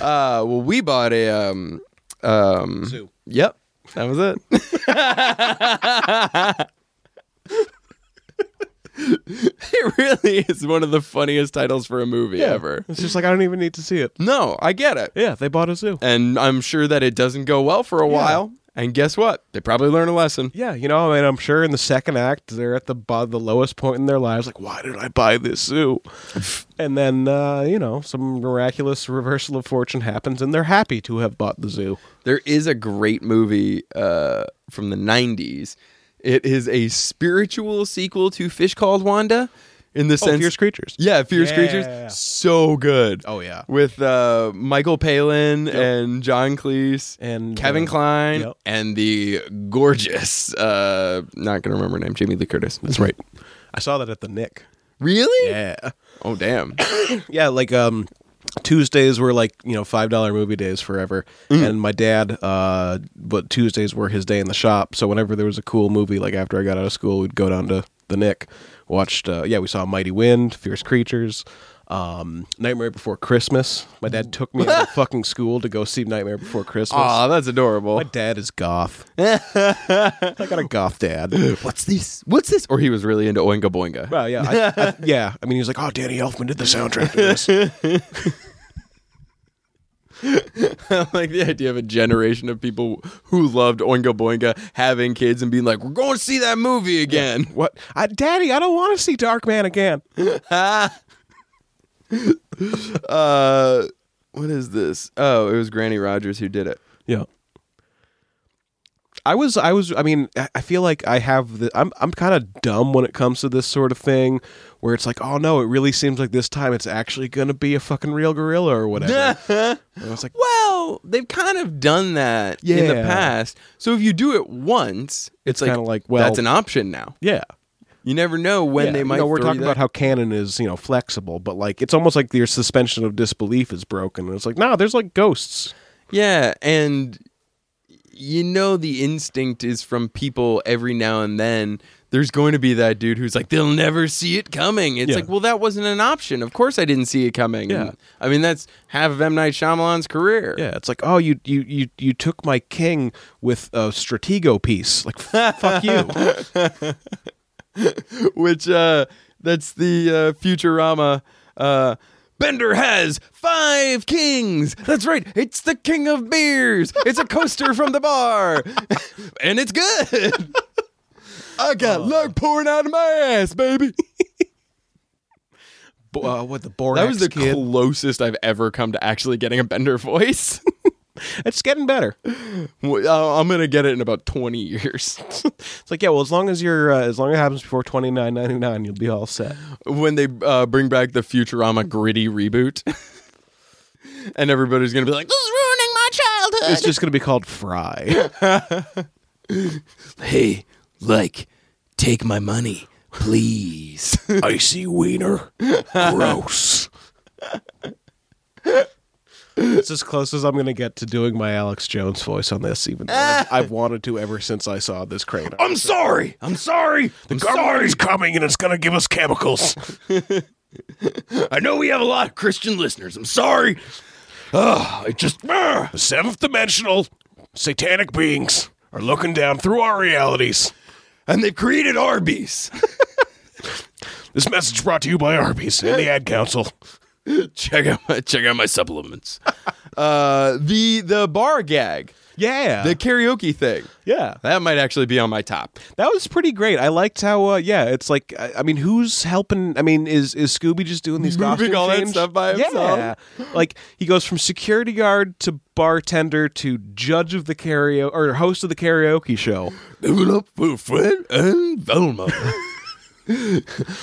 A: uh, well, we bought a um, um. Yep, that was it. it really is one of the funniest titles for a movie ever.
C: It's just like I don't even need to see it.
A: No, I get it.
C: Yeah, they bought a zoo.
A: and I'm sure that it doesn't go well for a while. And guess what? They probably learn a lesson.
C: Yeah, you know, I mean, I'm sure in the second act they're at the bo- the lowest point in their lives. Like, why did I buy this zoo? and then uh, you know, some miraculous reversal of fortune happens, and they're happy to have bought the zoo.
A: There is a great movie uh, from the 90s. It is a spiritual sequel to Fish Called Wanda in the
C: Oh,
A: sense.
C: fierce creatures.
A: Yeah, Fierce
C: Yeah.
A: Creatures. So good.
C: Oh, yeah.
A: With uh, Michael Palin and John Cleese
C: And,
A: Kevin
C: uh,
A: Klein
C: yep.
A: and the gorgeous, uh, not going to remember her name, Jamie Lee Curtis. That's right.
C: I saw that at the Nick.
A: Really?
C: Yeah.
A: Oh, damn.
C: Yeah, like um Tuesdays were like, you know, five dollar movie days forever.
A: Mm.
C: And my dad uh but Tuesdays were his day in the shop. So whenever there was a cool movie, like after I got out of school, we'd go down to the Nick, watched uh yeah, we saw Mighty Wind, Fierce Creatures, um Nightmare Before Christmas. My dad took me out of fucking school to go see Nightmare Before Christmas.
A: Aw, that's adorable.
C: my dad is goth. I got a goth dad.
A: what's this? What's this? Or he was really into Oinga Boinga.
C: Well, yeah, I, I- yeah. I mean, he's like, oh, Danny Elfman did the soundtrack to this.
A: I like the idea of a generation of people who loved Oingo Boingo having kids and being like, "We're going to see that movie again."
C: What, I, Daddy? I don't want to see Darkman again.
A: Uh, what is this? Oh, it was Granny Rogers who did it.
C: Yeah. I was I was I mean I I feel like I have the I'm I'm kind of dumb when it comes to this sort of thing where it's like oh no it really seems like this time it's actually going to be a fucking real gorilla or whatever. And I was like
A: Well, they've kind of done that in the
C: Yeah.
A: past. So if you do it once, it's,
C: It's
A: like,
C: kinda like, well-
A: that's an option now.
C: yeah.
A: You never know when
C: Yeah,
A: they
C: you
A: might.
C: know, we're
A: throw
C: talking
A: you
C: about
A: that-
C: how canon is, you know, flexible, but like it's almost like your suspension of disbelief is broken. And it's like, no, there's like ghosts.
A: yeah, and you know the instinct is from people every now and then. There's going to be that dude who's like, they'll never see it coming. It's
C: Yeah.
A: like, well, that wasn't an option. Of course, I didn't see it coming.
C: Yeah.
A: And, I mean, that's half of M Night Shyamalan's career.
C: Yeah, it's like, oh, you you you you took my king with a stratego piece. Like fuck you.
A: which uh that's the uh Futurama uh Bender has five kings. That's right. It's the king of beers. It's a coaster from the bar. and it's good. I
C: Uh.
A: got luck pouring out of my ass, baby.
C: Bo- uh, what the Borax
A: That was the
C: kid?
A: closest I've ever come to actually getting a Bender voice.
C: It's getting better.
A: Well, I- I'm going to get it in about 20 years.
C: It's like, yeah, well, as long as you're, uh, as long as it happens before twenty nine ninety nine, you'll be all set.
A: when they uh, bring back the Futurama gritty reboot. and everybody's going to be like, this is ruining my childhood.
C: It's just gonna be called Fry.
B: Hey, like, take my money, please.
C: Icy wiener. Gross. it's as close as I'm gonna get to doing my Alex Jones voice on this, even though I've, I've wanted to ever since I saw this crane.
A: Oh,
B: I'm sorry. I'm sorry. The government is coming and it's going to give us chemicals. I know we have a lot of Christian listeners. I'm sorry. Ugh, I just. Ugh.
C: Seventh dimensional satanic beings are looking down through our realities.
B: And they've created Arby's.
C: This message brought to you by Arby's and the Ad Council.
B: Check out my, check out my supplements.
A: uh, the the bar gag,
C: Yeah,
A: the karaoke thing.
C: yeah.
A: That might actually be on my top.
C: That was pretty great. I liked how, uh, yeah, it's like, I, I mean, who's helping? I mean, is is Scooby just doing these
A: Moving
C: costume
A: all that
C: change?
A: stuff by
C: Yeah,
A: himself?
C: like he goes from security guard to bartender to judge of the karaoke or host of the karaoke show.
B: Level up for Fred and Velma.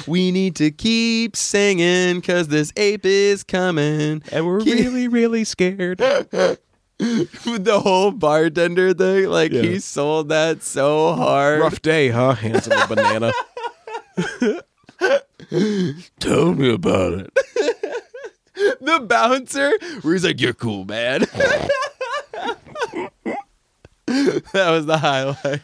A: We need to keep singing because this ape is coming.
C: And we're really, really scared.
A: With the whole bartender thing, like
C: Yeah.
A: he sold that so hard.
C: Rough day, huh? Hands him a banana.
B: Tell me about it.
A: The bouncer, where he's like, "You're cool, man." that was the highlight.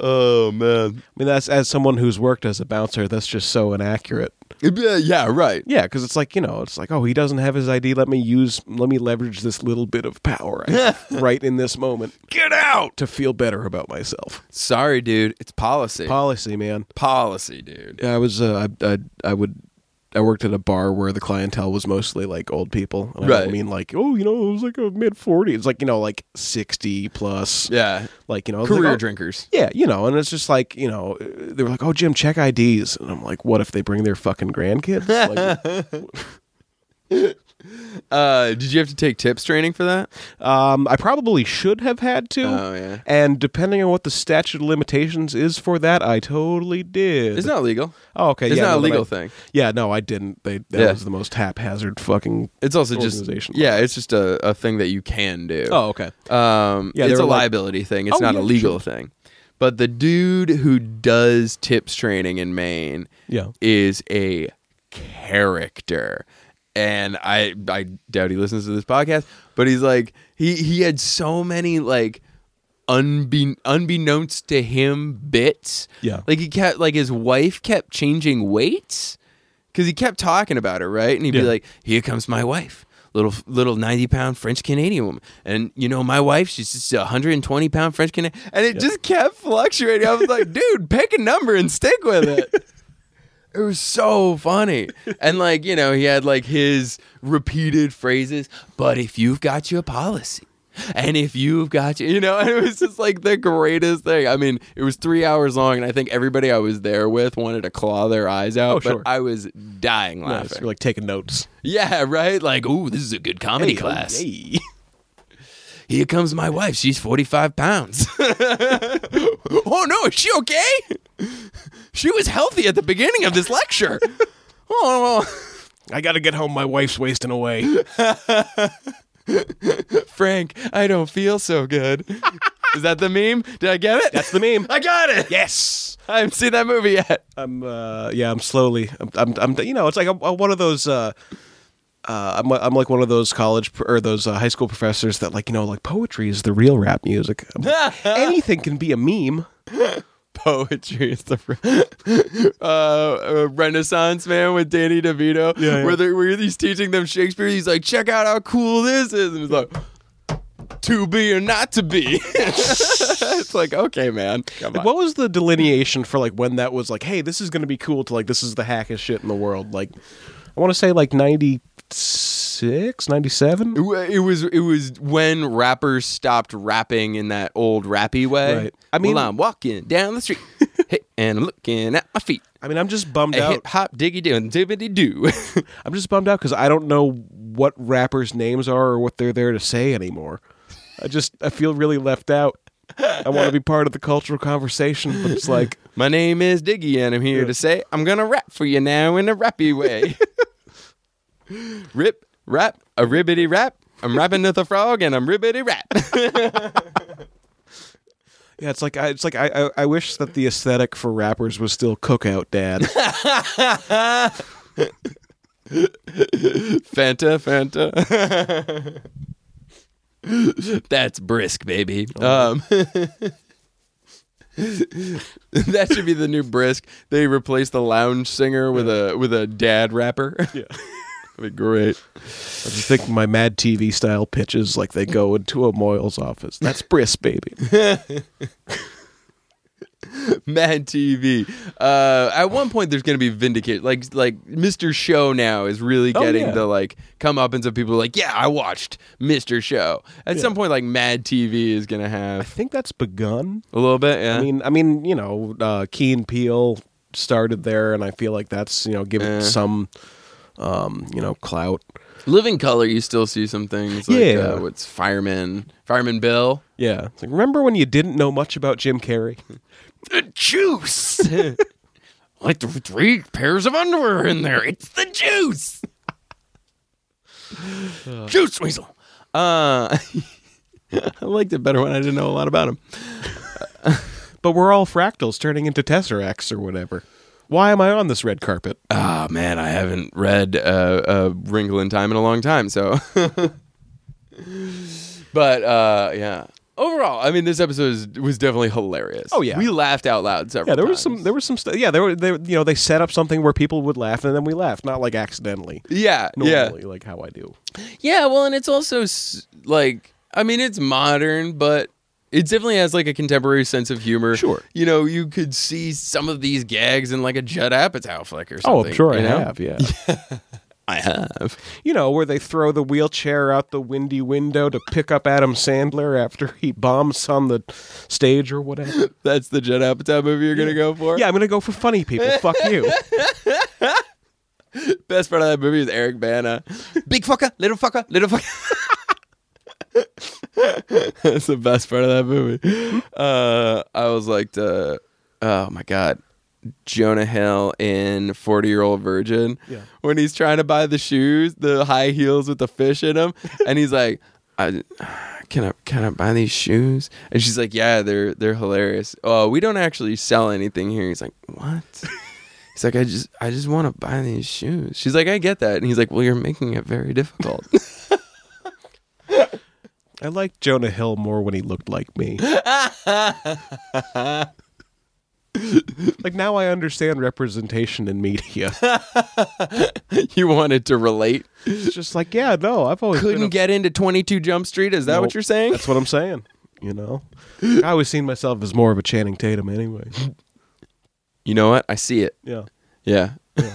A: oh man.
C: I mean, that's as someone who's worked as a bouncer, that's just so inaccurate.
A: Yeah, yeah, right.
C: Yeah, because it's like you know, it's like oh, he doesn't have his ID. Let me use, let me leverage this little bit of power I have right in this moment.
B: Get out.
C: to feel better about myself.
A: Sorry, dude. It's policy.
C: Policy, man.
A: policy, dude.
C: I was uh, I, I I would I worked at a bar where the clientele was mostly like old people. And I
A: Right.
C: don't mean like oh you know it was like a mid 40s. It's like you know like 60 plus.
A: Yeah.
C: Like you know it's like,
A: Career
C: oh-
A: drinkers.
C: Yeah, you know, and it's just like you know, they were like, "Oh, Jim, check IDs," and I'm like, "What if they bring their fucking grandkids?" Like,
A: Uh, did you have to take tips training for that?
C: um, I probably should have had to.
A: Oh, yeah.
C: And depending on what the statute of limitations is for that, I totally did.
A: It's not legal.
C: Oh, okay.
A: It's
C: yeah,
A: not a
C: no, then
A: legal
C: I-
A: thing.
C: Yeah, no, I didn't. They that
A: Yeah.
C: was the most haphazard fucking.
A: It's also just
C: Organization.
A: yeah. It's just a, a thing that you can do.
C: okay.
A: um,
C: Yeah, they
A: it's a
C: were like-
A: liability thing. It's
C: Oh,
A: not
C: yeah,
A: a legal thing. But the dude who does tips training in Maine,
C: Yeah.
A: is a character. And I I doubt he listens to this podcast, but he's like he he had so many like unbe- unbeknownst to him bits.
C: Yeah.
A: Like he kept like his wife kept changing weights cuz he kept talking about her, right? And he'd be
C: Yeah.
A: like, "Here comes my wife." Little little 90 pound French Canadian woman. And you know, my wife, she's just a 120 pound French Canadian. And it just kept fluctuating. I was like, dude, pick a number and stick with it. It was so funny. and like, you know, he had like his repeated phrases, but if you've got your policy, and if you've got your, you know, and it was just like the greatest thing. I mean, it was three hours long, and I think everybody I was there with wanted to claw their eyes out,
C: Oh, sure.
A: but I was dying laughing.
C: Nice. You're like taking notes.
A: Yeah, right? Like, ooh, this is a good comedy class. Here comes my wife. She's 45 pounds. oh, no. Is she okay? She was healthy at the beginning of this lecture. Oh,
C: I got to get home. My wife's wasting away.
A: Frank, I don't feel so good. Is that the meme? Did I get it?
C: That's the meme.
A: I got it.
C: yes.
A: I haven't seen that movie yet.
C: I'm. Uh, yeah. I'm slowly. I'm. I'm. I'm you know, it's like I'm, I'm one of those. Uh, uh, I'm, I'm like one of those college pr- or those uh, high school professors that like you know like poetry is the real rap music. I'm like, anything can be a meme.
A: poetry is the re- uh, uh, Renaissance man with Danny DeVito,
C: Yeah, yeah.
A: where they, where he's teaching them Shakespeare. He's like, check out how cool this is, and he's like, to be or not to be. it's like, okay, man, come
C: Like,
A: on.
C: what was the delineation for like when that was like, hey, this is gonna be cool to like this is the hackest shit in the world? Like, I want to say like 96, 97?
A: It wa- it was it was when rappers stopped rapping in that old rappy way.
C: Right. I mean-
A: well, I'm walking down the street, hey, and I'm looking at my feet.
C: I mean, I'm just bummed
A: A
C: out.
A: hip hop diggy do and dibbity doo.
C: I'm just bummed out because I don't know what rappers' names are or what they're there to say anymore. I just I feel really left out. I want to be part of the cultural conversation, but it's like
A: My name is Diggy, and I'm here to say I'm gonna rap for you now in a rappy way. Rip, rap, a ribbity rap. I'm rapping with a frog, and I'm ribbity rap.
C: yeah, it's like I, it's like I, I I wish that the aesthetic for rappers was still cookout dad.
A: Fanta, Fanta. That's brisk, baby. Um, that should be the new brisk. They replaced the lounge singer with a with a dad rapper. Yeah, that'd be great.
C: I just think my Mad TV style pitches like they go into a Moyle's office. That's brisk, baby.
A: Mad TV. Uh, at one point, there's going to be vindicated. Like like Mr. Show now is really getting
C: Oh, yeah.
A: the like come up and some people are like, yeah, I watched Mr. Show. At some point, like Mad TV is going to
C: I
A: have
C: think that's begun.
A: a little bit. Yeah.
C: I mean, I mean, you know, uh, Keen Peele started there, and I feel like that's you know give
A: Yeah.
C: it some, um, you know, clout.
A: Living Color, you still see some things. Like,
C: Yeah.
A: Uh, what's Fireman? Fireman Bill.
C: Yeah, it's like, remember when you didn't know much about Jim Carrey?
A: The juice. like the three pairs of underwear in there. It's the juice. juice weasel. Uh, I liked it better when I didn't know a lot about him.
C: But we're all fractals turning into tesseracts or whatever. Why am I on this red carpet?
A: Ah, man, I haven't read uh, uh, Wrinkle in Time in a long time, so. but uh, yeah, overall, I mean, this episode is, was definitely hilarious.
C: Oh, yeah.
A: we laughed out loud several.
C: Yeah, there was
A: times.
C: some. There was some. St- yeah, there were. They, you know, they set up something where people would laugh, and then we laughed, not like accidentally.
A: Yeah, yeah,
C: Normally, like how I do.
A: Yeah, well, and it's also s- like I mean, it's modern, but it definitely has like a contemporary sense of humor.
C: Sure.
A: you know, you could see some of these gags in like a Judd Apatow flick or
C: Oh,
A: something.
C: I'm sure I
A: you know?
C: have. Yeah.
A: I have.
C: you know, where they throw the wheelchair out the windy window to pick up Adam Sandler after he bombs on the stage or whatever.
A: That's the Judd Apatow movie you're gonna go for.
C: Yeah, I'm gonna go for funny people. Fuck you.
A: best part of that movie is Eric Bana. Big fucker, little fucker, little fucker. That's the best part of that movie. Uh, I was like, uh, oh my god, Jonah Hill in Forty Year Old Virgin when he's trying to buy the shoes, the high heels with the fish in them, and he's like, I. Can I can I buy these shoes? And she's like, Yeah, they're they're hilarious. Oh, we don't actually sell anything here. He's like, What? He's like, I just, I just want to buy these shoes. She's like, I get that, and he's like, Well, you're making it very difficult.
C: I liked Jonah Hill more when he looked like me. like now I understand representation in media.
A: you wanted to relate.
C: It's just like, yeah, no, I've always been a-
A: Couldn't get into 22 Jump Street. Is that
C: Nope.
A: what you're saying?
C: That's what I'm saying. You know, I always seen myself as more of a Channing Tatum anyway.
A: You know what? I see it.
C: Yeah,
A: Yeah. I'm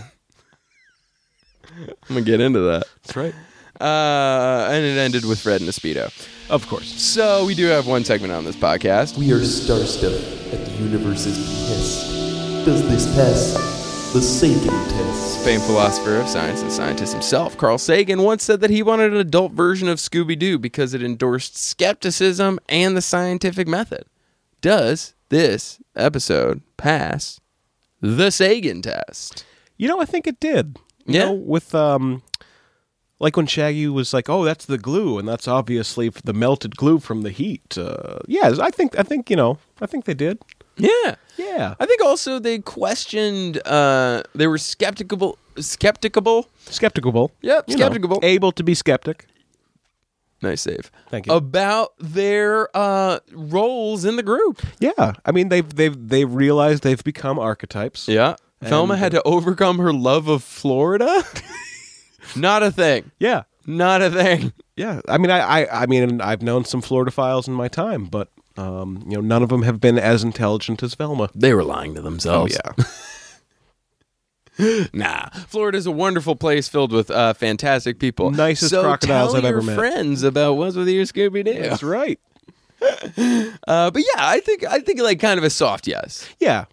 A: gonna get into that.
C: That's right.
A: Uh, and it ended with Fred and a speedo.
C: Of course.
A: So we do have one segment on this podcast.
H: We are starstuck at the universe's behest. Does this pass the Sagan test?
A: famed philosopher of science and scientist himself, Carl Sagan, once said that he wanted an adult version of Scooby Doo because it endorsed skepticism and the scientific method. Does this episode pass the Sagan test?
C: You know, I think it did. You
A: Yeah.
C: know, with um, like when Shaggy was like, "Oh, that's the glue, and that's obviously f- the melted glue from the heat." Uh, yeah, I think I think you know, I think they did.
A: Yeah.
C: Yeah,
A: I think also they questioned, uh, they were skeptical. Skeptical?
C: skeptical.
A: Yep,
C: You know,
A: skeptical.
C: able to be skeptic.
A: Nice save.
C: Thank you.
A: About their uh, roles in the group.
C: Yeah, I mean they've they've they realized they've become archetypes.
A: Yeah. Thelma had to overcome her love of Florida. Not a thing.
C: yeah,
A: Not a thing.
C: yeah. I mean, I I, I mean, I've known some Florida files in my time, but um, you know, none of them have been as intelligent as Velma.
A: They were lying to themselves.
C: yeah,
A: Oh, Nah. Florida's a wonderful place filled with uh, fantastic people.
C: Nicest
A: so
C: crocodiles
A: tell
C: I've
A: your
C: ever met.
A: friends about what's with your Scooby
C: that's
A: Doo.
C: right.
A: Uh, but yeah, I think I think like kind of a soft yes.
C: Yeah,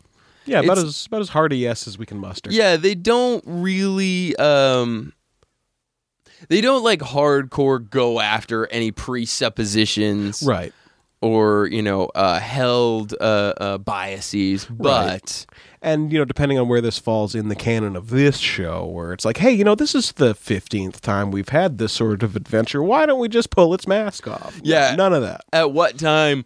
C: yeah. About
A: It's-
C: as about as hard a yes as we can muster.
A: Yeah, they don't really um they don't like hardcore go after any presuppositions
C: right.
A: or, you know, uh held uh, uh biases, but
C: And you know, depending on where this falls in the canon of this show, where it's like, hey, you know, this is the fifteenth time we've had this sort of adventure. Why don't we just pull its mask off?
A: Yeah.
C: none of that.
A: at what time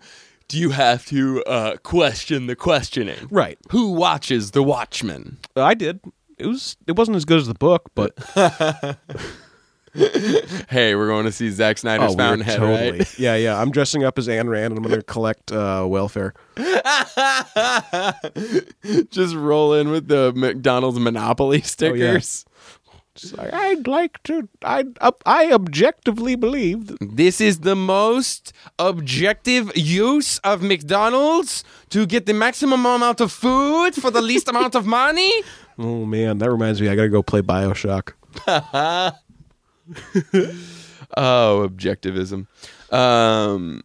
A: do you have to uh question the questioning?
C: Right.
A: Who watches the Watchmen?
C: I did. It was. It wasn't as good as the book, but
A: Hey, we're going to see Zack Snyder's
C: oh, we were
A: Fountainhead,
C: totally.
A: right?
C: Yeah, yeah. I'm dressing up as Ayn Rand and I'm going to collect uh, welfare.
A: Just roll in with the McDonald's
C: Oh,
A: Monopoly stickers.
C: Just like, I'd like to. I up. I objectively believe. That,
A: This is the most objective use of McDonald's to get the maximum amount of food for the least amount of money.
C: oh man, that reminds me. I got to go play Bioshock.
A: Oh, objectivism. Um,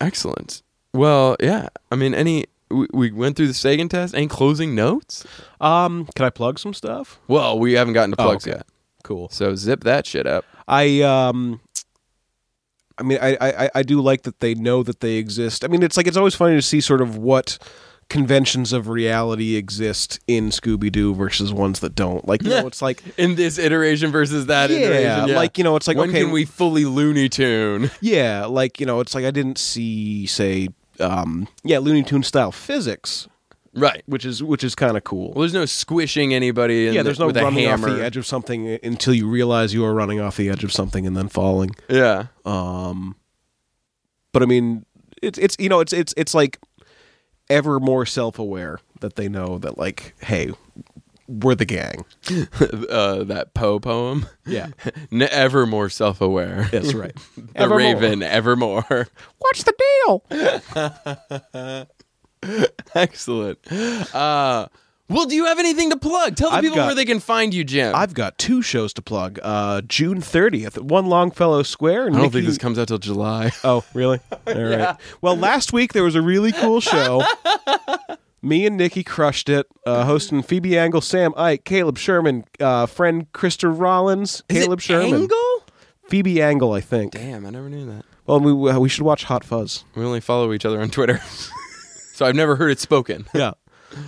A: excellent. Well, yeah. I mean, any we, we went through the Sagan test. Any closing notes?
C: Um, can I plug some stuff?
A: Well, we haven't gotten to plugs
C: okay.
A: yet,
C: Cool.
A: so zip that shit up.
C: I um I mean I, I I- I do like that they know that they exist. I mean it's like it's always funny to see sort of what conventions of reality exist in Scooby Doo versus ones that don't. Like you know, it's like
A: in this iteration versus that
C: Yeah,
A: iteration.
C: like, you know, it's like,
A: when
C: okay-
A: can we fully Looney Tune?
C: yeah, like you know, it's like I didn't see say um yeah, Looney Tune style physics,
A: Right.
C: which is which is kind of cool.
A: Well, there's no squishing anybody. In
C: yeah,
A: the-
C: there's no
A: with a
C: running off
A: hammer.
C: the edge of something until you realize you are running off the edge of something and then falling.
A: Yeah,
C: Uh. but I mean, it's it's you know, it's it's it's like ever more self-aware that they know that like, hey, we're the gang.
A: uh, that Poe poem.
C: Yeah,
A: N- ever more self-aware.
C: that's right.
A: the Raven, evermore.
C: What's the deal?
A: Excellent. Uh, well, do you have anything to plug? Tell the
C: I've
A: people
C: got-
A: where they can find you, Jim.
C: I've got two shows to plug. Uh, June 30th, at One Longfellow Square.
A: I don't think this comes out till July.
C: Oh, really? All right. Well, last week there was a really cool show. Me and Nikki crushed it,
A: Mm-hmm.
C: uh, hosting Phoebe Angle, Sam Ike, Caleb Sherman, uh, friend Krista Rollins, Caleb Sherman,
A: Angle?
C: Phoebe Angle, I think.
A: Damn, I never knew that.
C: Well, we uh, we should watch Hot Fuzz.
A: We only follow each other on Twitter, so I've never heard it spoken.
C: Yeah.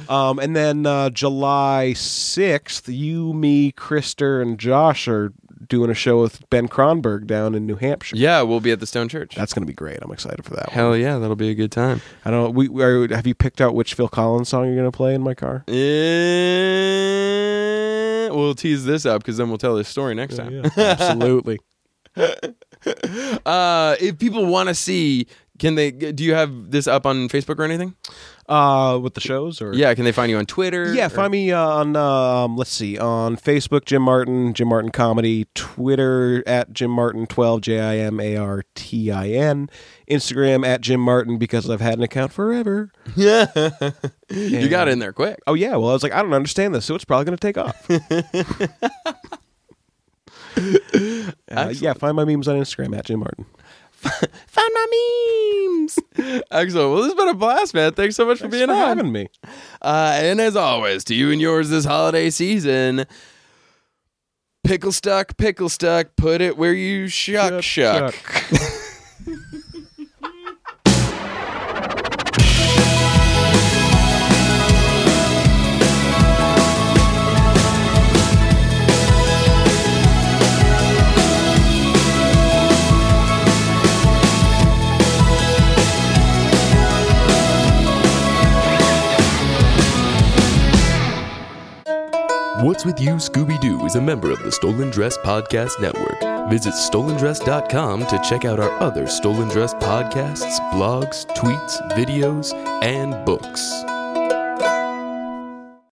C: Um, and then uh, July sixth, you, me, Krister, and Josh are doing a show with Ben Kronberg down in New Hampshire.
A: Yeah, we'll be at the Stone Church.
C: That's gonna be great. I'm excited for that. One.
A: Hell yeah, that'll be a good time.
C: I don't. know, We, we are, have you picked out which Phil Collins song you're gonna play in my car?
A: Eh, we'll tease this up because then we'll tell this story next time.
C: Absolutely.
A: Uh, if people want to see Can they? Do you have this up on Facebook or anything?
C: Uh, with the shows or
A: Yeah. Can they find you on Twitter?
C: Yeah,
A: Or-
C: find me uh, on um, let's see on Facebook, Jim Martin, Jim Martin Comedy, Twitter at Jim Martin twelve, J I M A R T I N, Instagram at Jim Martin because I've had an account forever.
A: you got in there quick.
C: Oh yeah, well I was like I don't understand this, so it's probably going to take off. uh, yeah, find my memes on Instagram at Jim Martin.
A: Found my memes. Excellent. Well, this has been a blast, man. Thanks so much for being
C: Thanks for
A: on.
C: having me.
A: Uh, and as always, to you and yours this holiday season, pickle stuck, pickle stuck, put it where you shuck, shuck.
C: Chuck.
H: What's With You Scooby Doo is a member of the Stolen Dress Podcast Network. Visit stolendress.com to check out our other Stolen Dress podcasts, blogs, tweets, videos, and books.